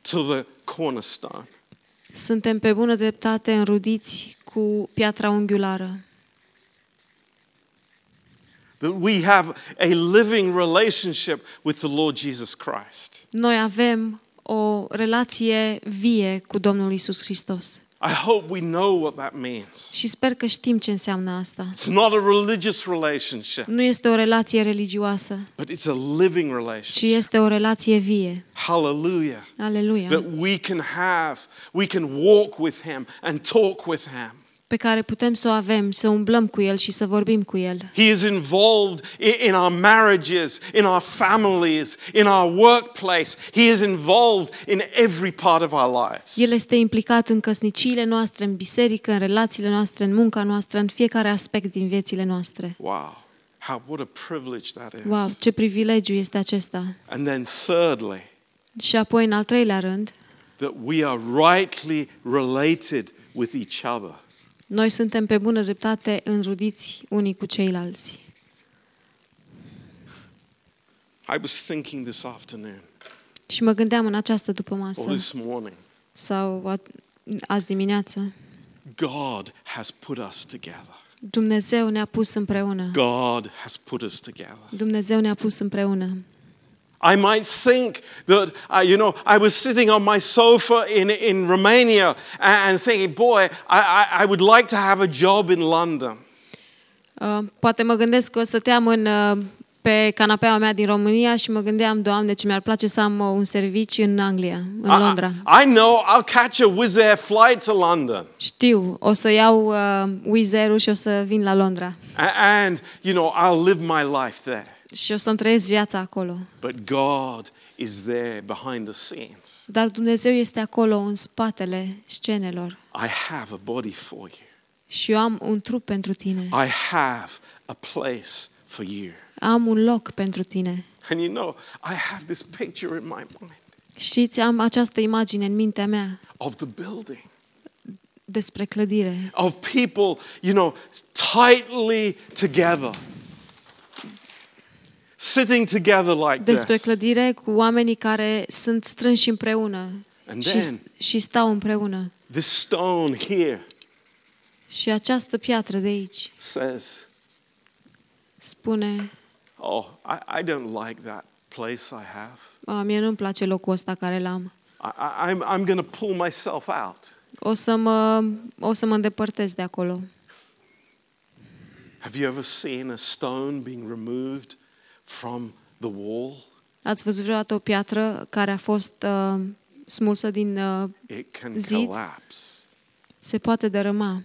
Speaker 1: to the cornerstone.
Speaker 2: Suntem pe bună dreptate înrudiți cu piatra unghiulară.
Speaker 1: That we have a living relationship with the Lord Jesus Christ.
Speaker 2: Noi avem o relație vie cu Domnul Isus Hristos.
Speaker 1: I hope we know what that means.
Speaker 2: Și sper că știm ce înseamnă asta.
Speaker 1: It's not a religious relationship,
Speaker 2: Nu este o relație religioasă,
Speaker 1: but it's a living
Speaker 2: ci
Speaker 1: relationship.
Speaker 2: este o relație vie.
Speaker 1: Hallelujah.
Speaker 2: Aleluia.
Speaker 1: that we can have. We can walk with him and talk with him.
Speaker 2: Pe care putem să o avem, să umblăm cu el și să vorbim cu el.
Speaker 1: He is involved i- in our marriages, in our families, in our workplace. He is involved in every part of our lives.
Speaker 2: El este implicat în căsniciile noastre, în biserică, în relațiile noastre, în munca noastră, în fiecare aspect din viețile noastre.
Speaker 1: Wow. How, what a privilege that is.
Speaker 2: Wow, ce privilegiu este acesta!
Speaker 1: And then, thirdly,
Speaker 2: Și apoi, în al treilea rând,
Speaker 1: that we are rightly related with each other.
Speaker 2: noi suntem pe bună dreptate înrudiți unii cu ceilalți.
Speaker 1: I was thinking this afternoon
Speaker 2: Și mă gândeam în această dupămasă
Speaker 1: or this morning.
Speaker 2: sau a- azi dimineață.
Speaker 1: God has put us together.
Speaker 2: Dumnezeu ne-a pus împreună.
Speaker 1: God has put us together.
Speaker 2: Dumnezeu ne-a pus împreună.
Speaker 1: I might think that, uh, you know, I was sitting on my sofa in, in Romania and thinking, boy, I, I, I would like to have a job in London.
Speaker 2: Uh, Poate mă gândesc că stăteam în, uh, pe canapeaua mea din România și mă gândeam, Doamne, ce mi-ar place să am uh, un serviciu în Anglia, în
Speaker 1: I-
Speaker 2: Londra.
Speaker 1: I, I know I'll catch a Wizz Air flight to London.
Speaker 2: Știu, o să iau uh, Wizz Air-ul și o să vin la Londra.
Speaker 1: A- And, you know, I'll live my life there.
Speaker 2: Și o să-mi trăiesc viața acolo.
Speaker 1: But God is there behind the scenes.
Speaker 2: Dar Dumnezeu este acolo în spatele scenelor.
Speaker 1: I have a body for you,
Speaker 2: Și eu am un trup pentru tine.
Speaker 1: I have a place for you.
Speaker 2: Am un loc pentru tine.
Speaker 1: And, you know, I have this picture in my mind
Speaker 2: Știți, am această imagine în mintea mea
Speaker 1: of the building.
Speaker 2: despre clădire.
Speaker 1: of people, you know, tightly together. Sitting together like
Speaker 2: Despre
Speaker 1: this.
Speaker 2: clădire cu oamenii care sunt strânși împreună
Speaker 1: And
Speaker 2: și,
Speaker 1: then-
Speaker 2: și stau împreună.
Speaker 1: This stone here
Speaker 2: Și această piatră de aici
Speaker 1: says,
Speaker 2: spune,
Speaker 1: Oh, I, I don't like that place I have.
Speaker 2: "A, mie nu-mi place locul ăsta care l-am.
Speaker 1: I, I, I'm, I'm going to pull myself out.
Speaker 2: O să, mă, o să mă îndepărtez de acolo.
Speaker 1: Have you ever seen a stone being removed from the wall?
Speaker 2: Ați văzut vreodată o piatră care a fost uh, smulsă din... Uh,
Speaker 1: It can
Speaker 2: Zid.
Speaker 1: collapse.
Speaker 2: se poate dărâma.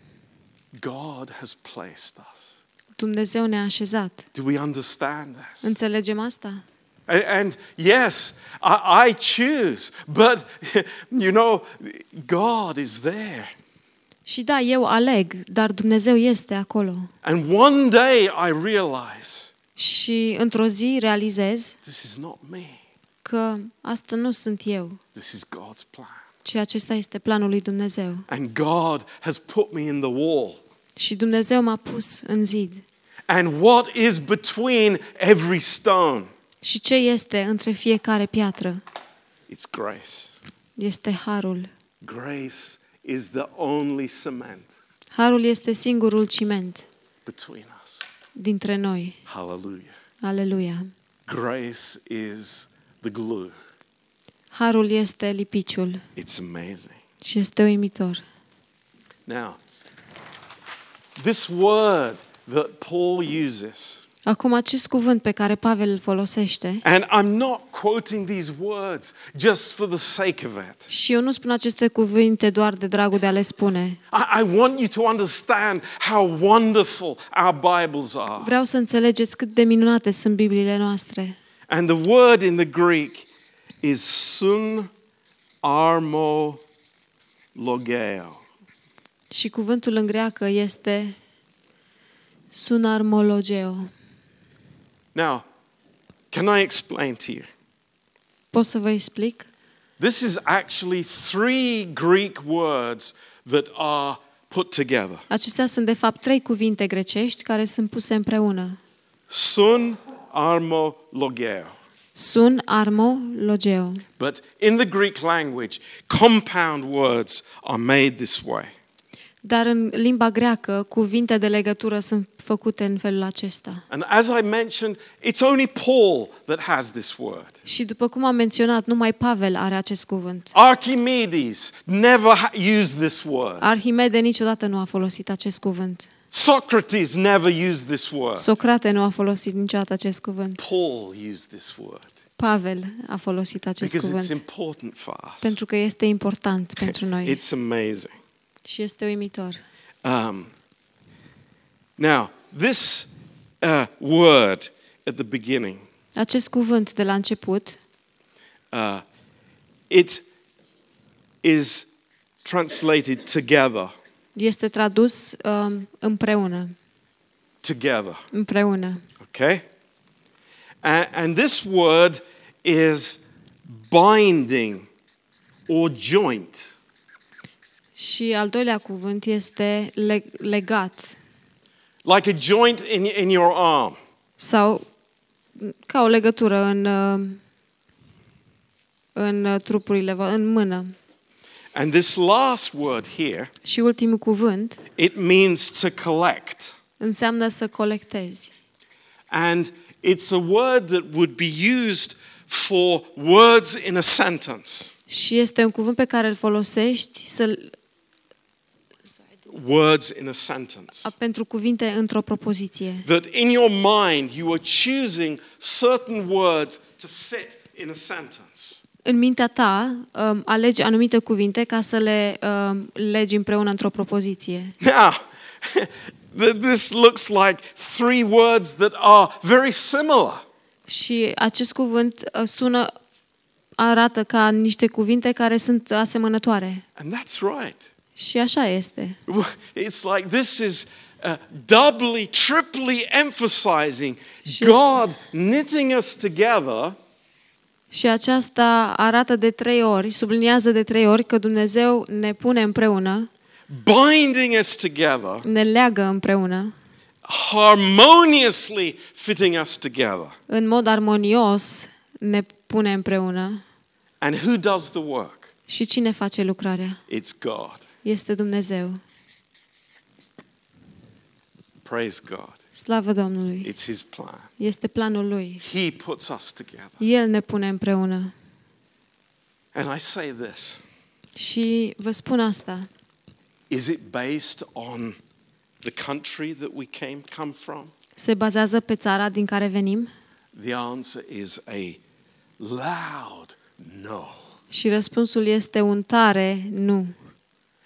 Speaker 1: God has placed us.
Speaker 2: Dumnezeu ne-a așezat.
Speaker 1: Do we understand this?
Speaker 2: Înțelegem asta?
Speaker 1: And, and yes, I, I choose, but you know, God is there.
Speaker 2: Și da, eu aleg, dar Dumnezeu este acolo.
Speaker 1: And one day I realize
Speaker 2: Și într-o zi realizez
Speaker 1: this is not me,
Speaker 2: că asta nu sunt eu,
Speaker 1: this is God's plan.
Speaker 2: ci acesta este planul lui Dumnezeu.
Speaker 1: And God has put me in the wall.
Speaker 2: Și Dumnezeu m-a pus în zid.
Speaker 1: And what is between every stone?
Speaker 2: Și ce este între fiecare piatră?
Speaker 1: It's grace.
Speaker 2: Este harul.
Speaker 1: Grace is the only cement
Speaker 2: Harul este singurul ciment
Speaker 1: between us.
Speaker 2: dintre noi.
Speaker 1: Hallelujah.
Speaker 2: Aleluia.
Speaker 1: Grace is the glue.
Speaker 2: Harul este lipiciul
Speaker 1: It's amazing.
Speaker 2: și este uimitor.
Speaker 1: Now, this word that Paul uses,
Speaker 2: Acum, acest cuvânt pe care Pavel îl folosește,
Speaker 1: and I'm not quoting these words just for the sake of it.
Speaker 2: și eu nu spun aceste cuvinte doar de dragul de a le spune.
Speaker 1: I, I want you to understand how wonderful our Bibles are.
Speaker 2: Vreau să înțelegeți cât de minunate sunt Bibliile noastre.
Speaker 1: And the word in the Greek is sun armo logeo.
Speaker 2: Și cuvântul în greacă este sunarmologeo.
Speaker 1: Now, can I explain to you?
Speaker 2: Pot să vă explic?
Speaker 1: This is actually three Greek words that are put together.
Speaker 2: Acestea sunt de fapt trei cuvinte grecești care sunt puse împreună.
Speaker 1: Sun armo logeo.
Speaker 2: Sun, armo, logeo.
Speaker 1: But in the Greek language, compound words are made this way.
Speaker 2: Dar în limba greacă, cuvinte de legătură sunt făcute în felul acesta.
Speaker 1: And as I mentioned, it's only Paul that has this word.
Speaker 2: Și după cum am menționat, numai Pavel are acest cuvânt.
Speaker 1: Archimedes never ha- used this word.
Speaker 2: Arhimede niciodată nu a folosit acest cuvânt.
Speaker 1: Socrates never used this word.
Speaker 2: Socrate nu a folosit niciodată acest cuvânt.
Speaker 1: Paul used this word
Speaker 2: Pavel a folosit acest
Speaker 1: because it's
Speaker 2: cuvânt
Speaker 1: important for us.
Speaker 2: pentru că este important pentru noi
Speaker 1: It's amazing.
Speaker 2: și este uimitor.
Speaker 1: Um, now, this uh, word at the beginning
Speaker 2: Acest cuvânt de la început
Speaker 1: Uh, it is translated together,
Speaker 2: este tradus um, împreună,
Speaker 1: together,
Speaker 2: împreună.
Speaker 1: okay? And, and this word is binding or joint.
Speaker 2: Și al doilea cuvânt este le- legat
Speaker 1: Like a joint in, in your arm.
Speaker 2: sau ca o legătură în uh, um, în uh, trupurile, vo- în mână.
Speaker 1: And this last word here,
Speaker 2: Și ultimul cuvânt
Speaker 1: it means to collect.
Speaker 2: înseamnă să colectezi.
Speaker 1: And it's a word that would be used for words in a sentence.
Speaker 2: Și este un cuvânt pe care îl folosești să
Speaker 1: Words in a sentence.
Speaker 2: pentru cuvinte într-o propoziție.
Speaker 1: That in your mind you are choosing certain words to fit in a sentence.
Speaker 2: În mintea ta um, alegi anumite cuvinte ca să le um, legi împreună într-o propoziție.
Speaker 1: Now, th- this looks like three words that are very similar.
Speaker 2: Și acest cuvânt uh, sună, arată ca niște cuvinte care sunt asemănătoare.
Speaker 1: And that's right.
Speaker 2: Și așa este.
Speaker 1: It's like this is uh, doubly, triply emphasizing
Speaker 2: She's-
Speaker 1: God knitting us together
Speaker 2: Și aceasta arată de trei ori, subliniază de trei ori că Dumnezeu ne pune împreună,
Speaker 1: binding us together,
Speaker 2: ne leagă împreună,
Speaker 1: harmoniously fitting us together.
Speaker 2: în mod armonios ne pune împreună.
Speaker 1: And who does the work?
Speaker 2: Și cine face lucrarea?
Speaker 1: It's God.
Speaker 2: Este Dumnezeu.
Speaker 1: Praise God.
Speaker 2: Slavă Domnului!
Speaker 1: It's His plan.
Speaker 2: Este planul Lui.
Speaker 1: He puts us together.
Speaker 2: El ne pune împreună.
Speaker 1: And I say this
Speaker 2: Și vă spun asta.
Speaker 1: is it based on the country that we came come from?
Speaker 2: Se bazează pe țara din care venim?
Speaker 1: The answer is a loud no.
Speaker 2: Și răspunsul este un tare nu.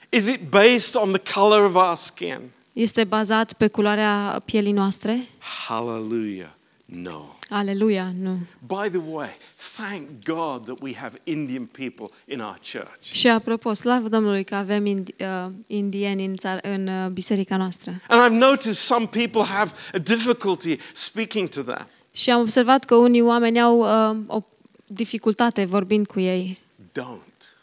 Speaker 1: Is it based on the color of our skin?
Speaker 2: Este bazat pe culoarea pielii noastre?
Speaker 1: Hallelujah. No.
Speaker 2: Aleluia, nu.
Speaker 1: By the way, thank God that we have Indian people in our church.
Speaker 2: Și apropo, slavă Domnului că avem indi- uh, indieni în, țar- în uh, biserica noastră.
Speaker 1: And I've noticed some people have a difficulty speaking to them.
Speaker 2: Și am observat că unii oameni au uh, o dificultate vorbind cu ei.
Speaker 1: Don't,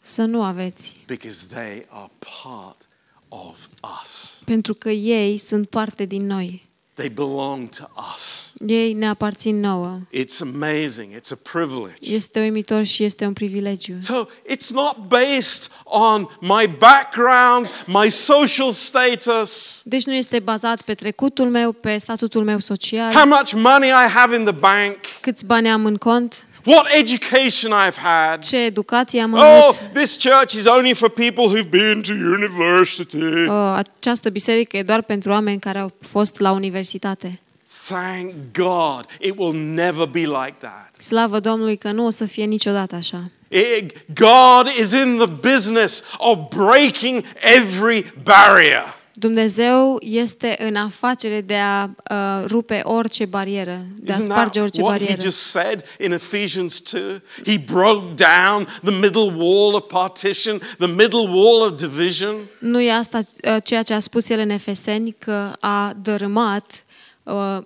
Speaker 2: Să nu aveți.
Speaker 1: because they are part of us.
Speaker 2: Pentru că ei sunt parte din noi.
Speaker 1: They belong to us.
Speaker 2: Ei ne aparțin nouă.
Speaker 1: It's amazing. It's a privilege.
Speaker 2: Este uimitor și este un privilegiu.
Speaker 1: So it's not based on my background, my social status.
Speaker 2: Deci nu este bazat pe trecutul meu, pe statutul meu social,
Speaker 1: how much money I have in the bank,
Speaker 2: câți bani am în cont,
Speaker 1: what education I've had.
Speaker 2: ce educație am
Speaker 1: Oh,
Speaker 2: avut.
Speaker 1: this church is only for people who've been to university.
Speaker 2: Uh, Această biserică e doar pentru oameni care au fost la universitate.
Speaker 1: Thank God, it will never be like that.
Speaker 2: Slavă Domnului că nu o să fie niciodată așa.
Speaker 1: It- God is in the business of breaking every barrier.
Speaker 2: Dumnezeu este în afacere de a uh, rupe orice barieră, de a
Speaker 1: Isn't
Speaker 2: sparge
Speaker 1: that
Speaker 2: orice
Speaker 1: what he
Speaker 2: barieră.
Speaker 1: just said in Ephesians 2? He broke down the middle wall of partition, the middle wall of division.
Speaker 2: Nu e asta uh, ceea ce a spus el în Efeseni, că a dărâmat uh,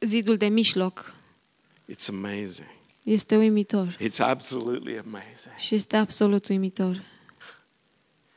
Speaker 2: zidul de mijloc.
Speaker 1: It's amazing.
Speaker 2: Este uimitor.
Speaker 1: It's absolutely amazing.
Speaker 2: Și este absolut uimitor.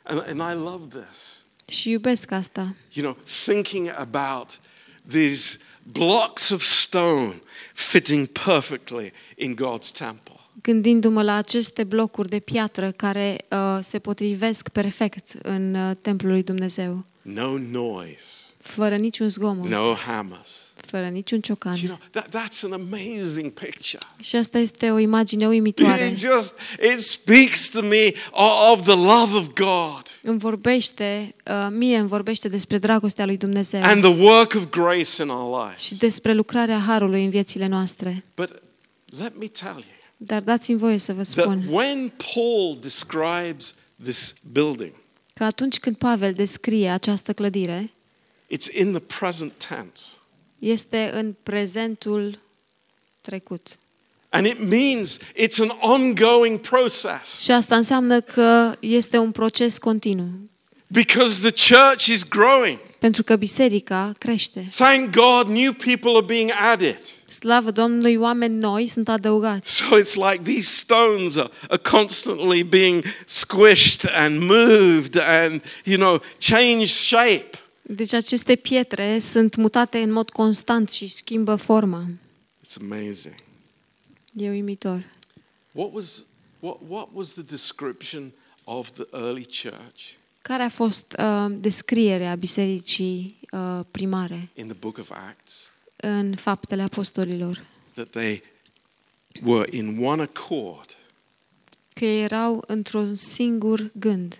Speaker 1: And, and I love this.
Speaker 2: Și iubesc asta.
Speaker 1: You know, thinking about these blocks of stone fitting perfectly in God's temple.
Speaker 2: Gândindu-mă la aceste blocuri de piatră care uh, se potrivesc perfect în uh, templul lui Dumnezeu,
Speaker 1: No noise,
Speaker 2: fără niciun zgomot,
Speaker 1: no hammers.
Speaker 2: fără niciun ciocan.
Speaker 1: You know, that, that's an amazing picture.
Speaker 2: Și asta este o imagine uimitoare.
Speaker 1: It just it speaks to me of, of the love of God
Speaker 2: Îmi vorbește, uh, mie îmi vorbește despre dragostea lui Dumnezeu
Speaker 1: and the work of grace in our
Speaker 2: și
Speaker 1: lives.
Speaker 2: despre lucrarea harului în viețile noastre.
Speaker 1: But let me tell you
Speaker 2: Dar dați-mi voie să vă
Speaker 1: that
Speaker 2: spun
Speaker 1: when Paul describes this building,
Speaker 2: că atunci când Pavel descrie această clădire,
Speaker 1: it's in the present tense.
Speaker 2: este în prezentul trecut.
Speaker 1: And it means it's an ongoing process
Speaker 2: Și asta înseamnă că este un proces continuu,
Speaker 1: because the church is growing.
Speaker 2: pentru că biserica crește.
Speaker 1: Thank God, new people are being added.
Speaker 2: Slavă Domnului, oameni noi sunt adăugați.
Speaker 1: So it's like these stones are, are constantly being squished and moved and, you know, changed shape.
Speaker 2: Deci aceste pietre sunt mutate în mod constant și schimbă forma.
Speaker 1: It's amazing.
Speaker 2: E uimitor.
Speaker 1: What was What, what was the description of the early church
Speaker 2: Care a fost uh, descrierea bisericii uh, primare
Speaker 1: in the book of Acts?
Speaker 2: în faptele apostolilor?
Speaker 1: That they were in one accord,
Speaker 2: Că erau într-un singur gând,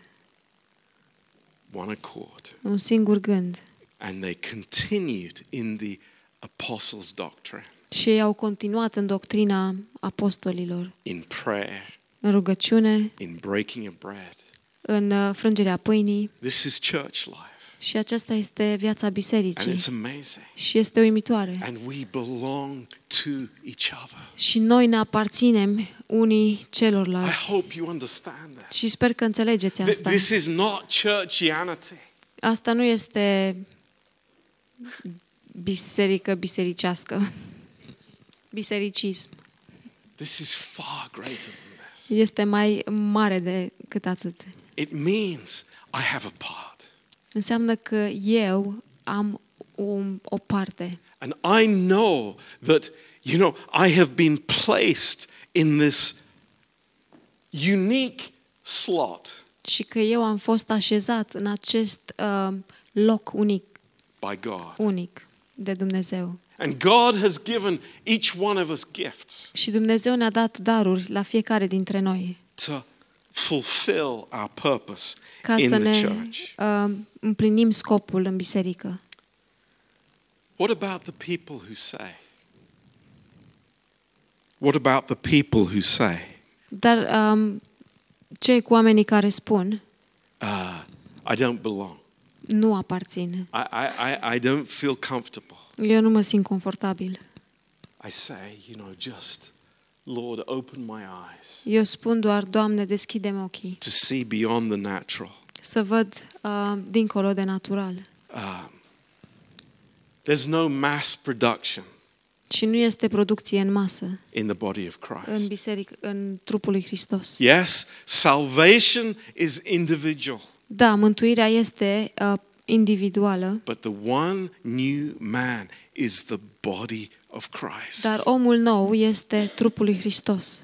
Speaker 1: one accord,
Speaker 2: un singur gând.
Speaker 1: and they continued in the apostles' doctrine,
Speaker 2: Și ei au continuat în doctrina apostolilor,
Speaker 1: in prayer,
Speaker 2: în rugăciune,
Speaker 1: in breaking of bread.
Speaker 2: în uh, frângerea pâinii
Speaker 1: This is church life,
Speaker 2: și aceasta este viața
Speaker 1: and
Speaker 2: bisericii
Speaker 1: it's amazing.
Speaker 2: și este uimitoare.
Speaker 1: And we belong to each other.
Speaker 2: Și noi ne aparținem unii
Speaker 1: I
Speaker 2: celorlalți.
Speaker 1: hope you understand that.
Speaker 2: Și sper că înțelegeți
Speaker 1: Th-
Speaker 2: asta.
Speaker 1: This is not churchianity.
Speaker 2: Asta nu este biserică bisericească. Bisericism.
Speaker 1: This is far greater than this.
Speaker 2: Este mai mare decât atât.
Speaker 1: It means I have a part.
Speaker 2: Înseamnă că eu am o, o parte.
Speaker 1: And I know that, you know, I have been placed in this unique slot
Speaker 2: Și că eu am fost așezat în acest uh, loc unic,
Speaker 1: by God.
Speaker 2: unic de Dumnezeu.
Speaker 1: And God has given each one of us gifts
Speaker 2: Și Dumnezeu ne-a dat daruri la fiecare dintre noi
Speaker 1: to fulfill our purpose
Speaker 2: ca
Speaker 1: in
Speaker 2: să
Speaker 1: the
Speaker 2: ne
Speaker 1: church.
Speaker 2: uh, împlinim scopul în biserică.
Speaker 1: What about the people who say? What about the people who say,
Speaker 2: Dar um, ce e cu oamenii care spun
Speaker 1: uh, I don't belong?
Speaker 2: nu aparțin?
Speaker 1: I, I, I, I don't feel comfortable.
Speaker 2: Eu nu mă simt confortabil.
Speaker 1: I say, you know, just, Lord, open my eyes
Speaker 2: Eu spun doar, Doamne, deschidem ochii,
Speaker 1: to see beyond the natural.
Speaker 2: să văd uh, dincolo de natural.
Speaker 1: Um, there's no mass production
Speaker 2: Și nu este producție în masă
Speaker 1: in the body of
Speaker 2: în
Speaker 1: Christ.
Speaker 2: biserică, în trupul lui Hristos.
Speaker 1: Yes, salvation is individual,
Speaker 2: Da, mântuirea este uh, individuală,
Speaker 1: but the one new man is the body of Christ.
Speaker 2: dar omul nou este trupul lui Hristos.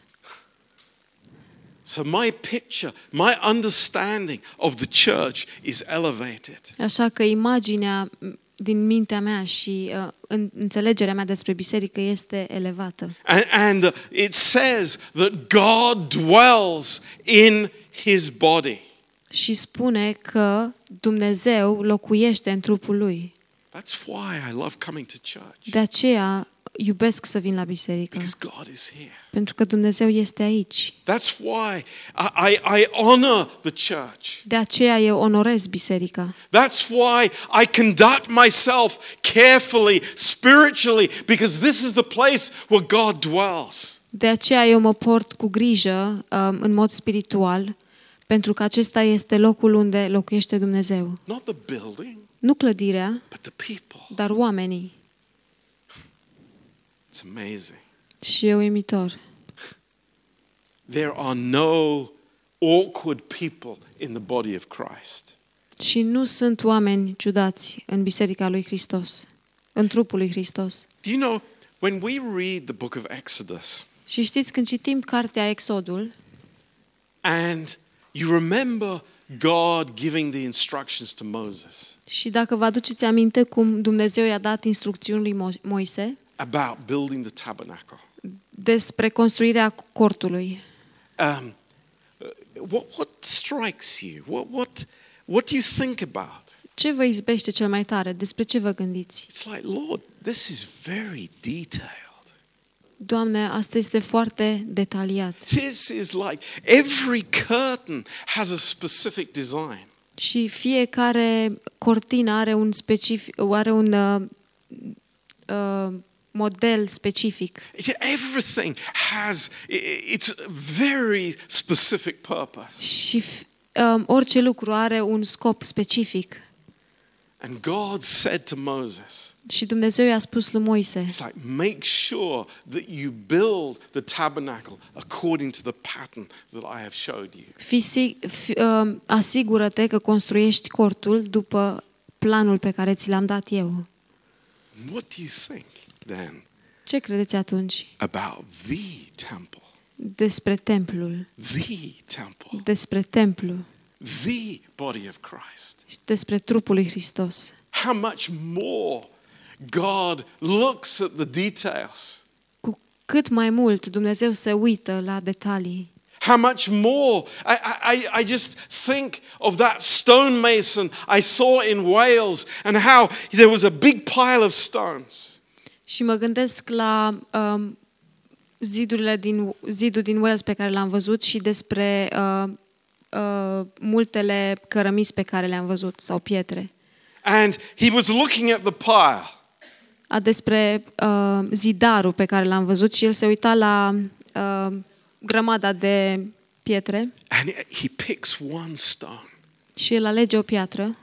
Speaker 1: So my picture, my understanding of the church is elevated.
Speaker 2: Așa că imaginea m, din mintea mea și uh, în- înțelegerea mea despre biserică este elevată.
Speaker 1: And, and uh, it says that God dwells in his body.
Speaker 2: și spune că Dumnezeu locuiește în trupul lui.
Speaker 1: That's why I love coming to church,
Speaker 2: De aceea iubesc să vin la biserică,
Speaker 1: because God is here.
Speaker 2: pentru că Dumnezeu este aici.
Speaker 1: That's why I, I, I honor the church.
Speaker 2: De aceea eu onorez biserica.
Speaker 1: That's why I conduct myself carefully, spiritually, because this is the place where God dwells.
Speaker 2: De aceea eu mă port cu grijă um, în mod spiritual, pentru că acesta este locul unde locuiește Dumnezeu.
Speaker 1: Not the building,
Speaker 2: Nu clădirea,
Speaker 1: but the people.
Speaker 2: dar oamenii.
Speaker 1: It's amazing.
Speaker 2: Și e uimitor.
Speaker 1: There are no awkward people in the body of Christ.
Speaker 2: Și nu sunt oameni ciudați în biserica lui Hristos, în trupul lui Hristos.
Speaker 1: Do you know, when we read the book of Exodus
Speaker 2: Și știți, când citim cartea Exodul,
Speaker 1: and you remember God giving the instructions to Moses
Speaker 2: Și dacă vă aduceți aminte cum Dumnezeu i-a dat instrucțiuni lui Mo- Moise
Speaker 1: about building the tabernacle,
Speaker 2: despre construirea cortului.
Speaker 1: um, uh, what, what strikes you? What, what, what do you think about?
Speaker 2: Ce vă izbește cel mai tare? Despre ce vă gândiți?
Speaker 1: It's like, Lord, this is very detailed.
Speaker 2: Doamne, asta este foarte detaliat.
Speaker 1: This is like every curtain has a specific design.
Speaker 2: Și fiecare cortină are un, specific, are un uh, uh, model specific.
Speaker 1: It- Everything has i- i- its very specific purpose.
Speaker 2: Și f- um, orice lucru are un scop specific.
Speaker 1: And God said to Moses,
Speaker 2: Și Dumnezeu i-a spus lui Moise,
Speaker 1: It's like, make sure that you build the tabernacle according to the pattern that I have showed you.
Speaker 2: Fii, si- fi, um, asigură-te că construiești cortul după planul pe care ți l-am dat eu.
Speaker 1: And what do you think then
Speaker 2: Ce credeți atunci
Speaker 1: about the temple?
Speaker 2: despre templul,
Speaker 1: the temple,
Speaker 2: despre templu
Speaker 1: the body of Christ.
Speaker 2: și despre trupul lui Hristos.
Speaker 1: How much more God looks at the details.
Speaker 2: Cu cât mai mult Dumnezeu se uită la detalii.
Speaker 1: How much more? I, I, I- I just think of that stonemason I saw in Wales and how there was a big pile of stones.
Speaker 2: Și mă gândesc la um, zidurile din, zidul din Wales pe care l-am văzut și despre uh, uh, multele cărămizi pe care le-am văzut sau pietre.
Speaker 1: And he was looking at the pile
Speaker 2: A despre uh, zidarul pe care l-am văzut și el se uita la uh, grămada de pietre
Speaker 1: and he picks one stone.
Speaker 2: și el alege o piatră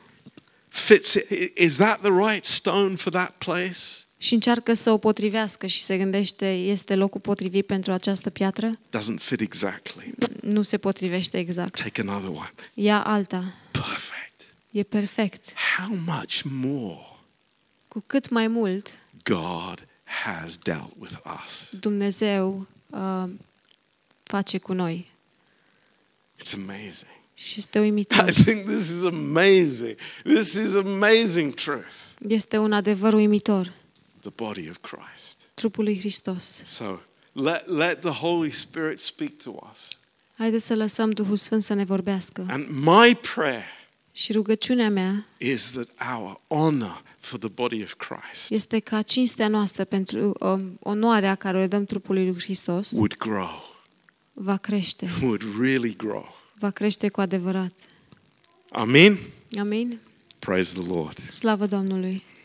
Speaker 1: Fits it. Is that the right stone for that place?
Speaker 2: și încearcă să o potrivească și se gândește este locul potrivit pentru această piatră?
Speaker 1: Doesn't fit exactly.
Speaker 2: Nu se potrivește exact.
Speaker 1: Take another one.
Speaker 2: Ia alta.
Speaker 1: Perfect.
Speaker 2: E perfect.
Speaker 1: How much more
Speaker 2: Cu cât mai mult
Speaker 1: God has dealt with us.
Speaker 2: Dumnezeu uh, face cu noi.
Speaker 1: It's amazing.
Speaker 2: Și este
Speaker 1: I
Speaker 2: uimitor.
Speaker 1: think this is amazing. This is amazing truth.
Speaker 2: Este un adevăr uimitor.
Speaker 1: The body of Christ.
Speaker 2: Trupul lui Hristos.
Speaker 1: So let, let the Holy Spirit speak to us.
Speaker 2: Haideți să lăsăm Duhul Sfânt să ne vorbească.
Speaker 1: And my prayer
Speaker 2: Și rugăciunea mea
Speaker 1: is that our honor for the body of Christ
Speaker 2: este ca cinstea noastră pentru uh, onoarea care o dăm trupului lui Hristos
Speaker 1: would grow,
Speaker 2: va crește.
Speaker 1: would really grow.
Speaker 2: Va crește cu adevărat.
Speaker 1: Amen.
Speaker 2: Amin?
Speaker 1: Praise the Lord.
Speaker 2: Slavă Domnului!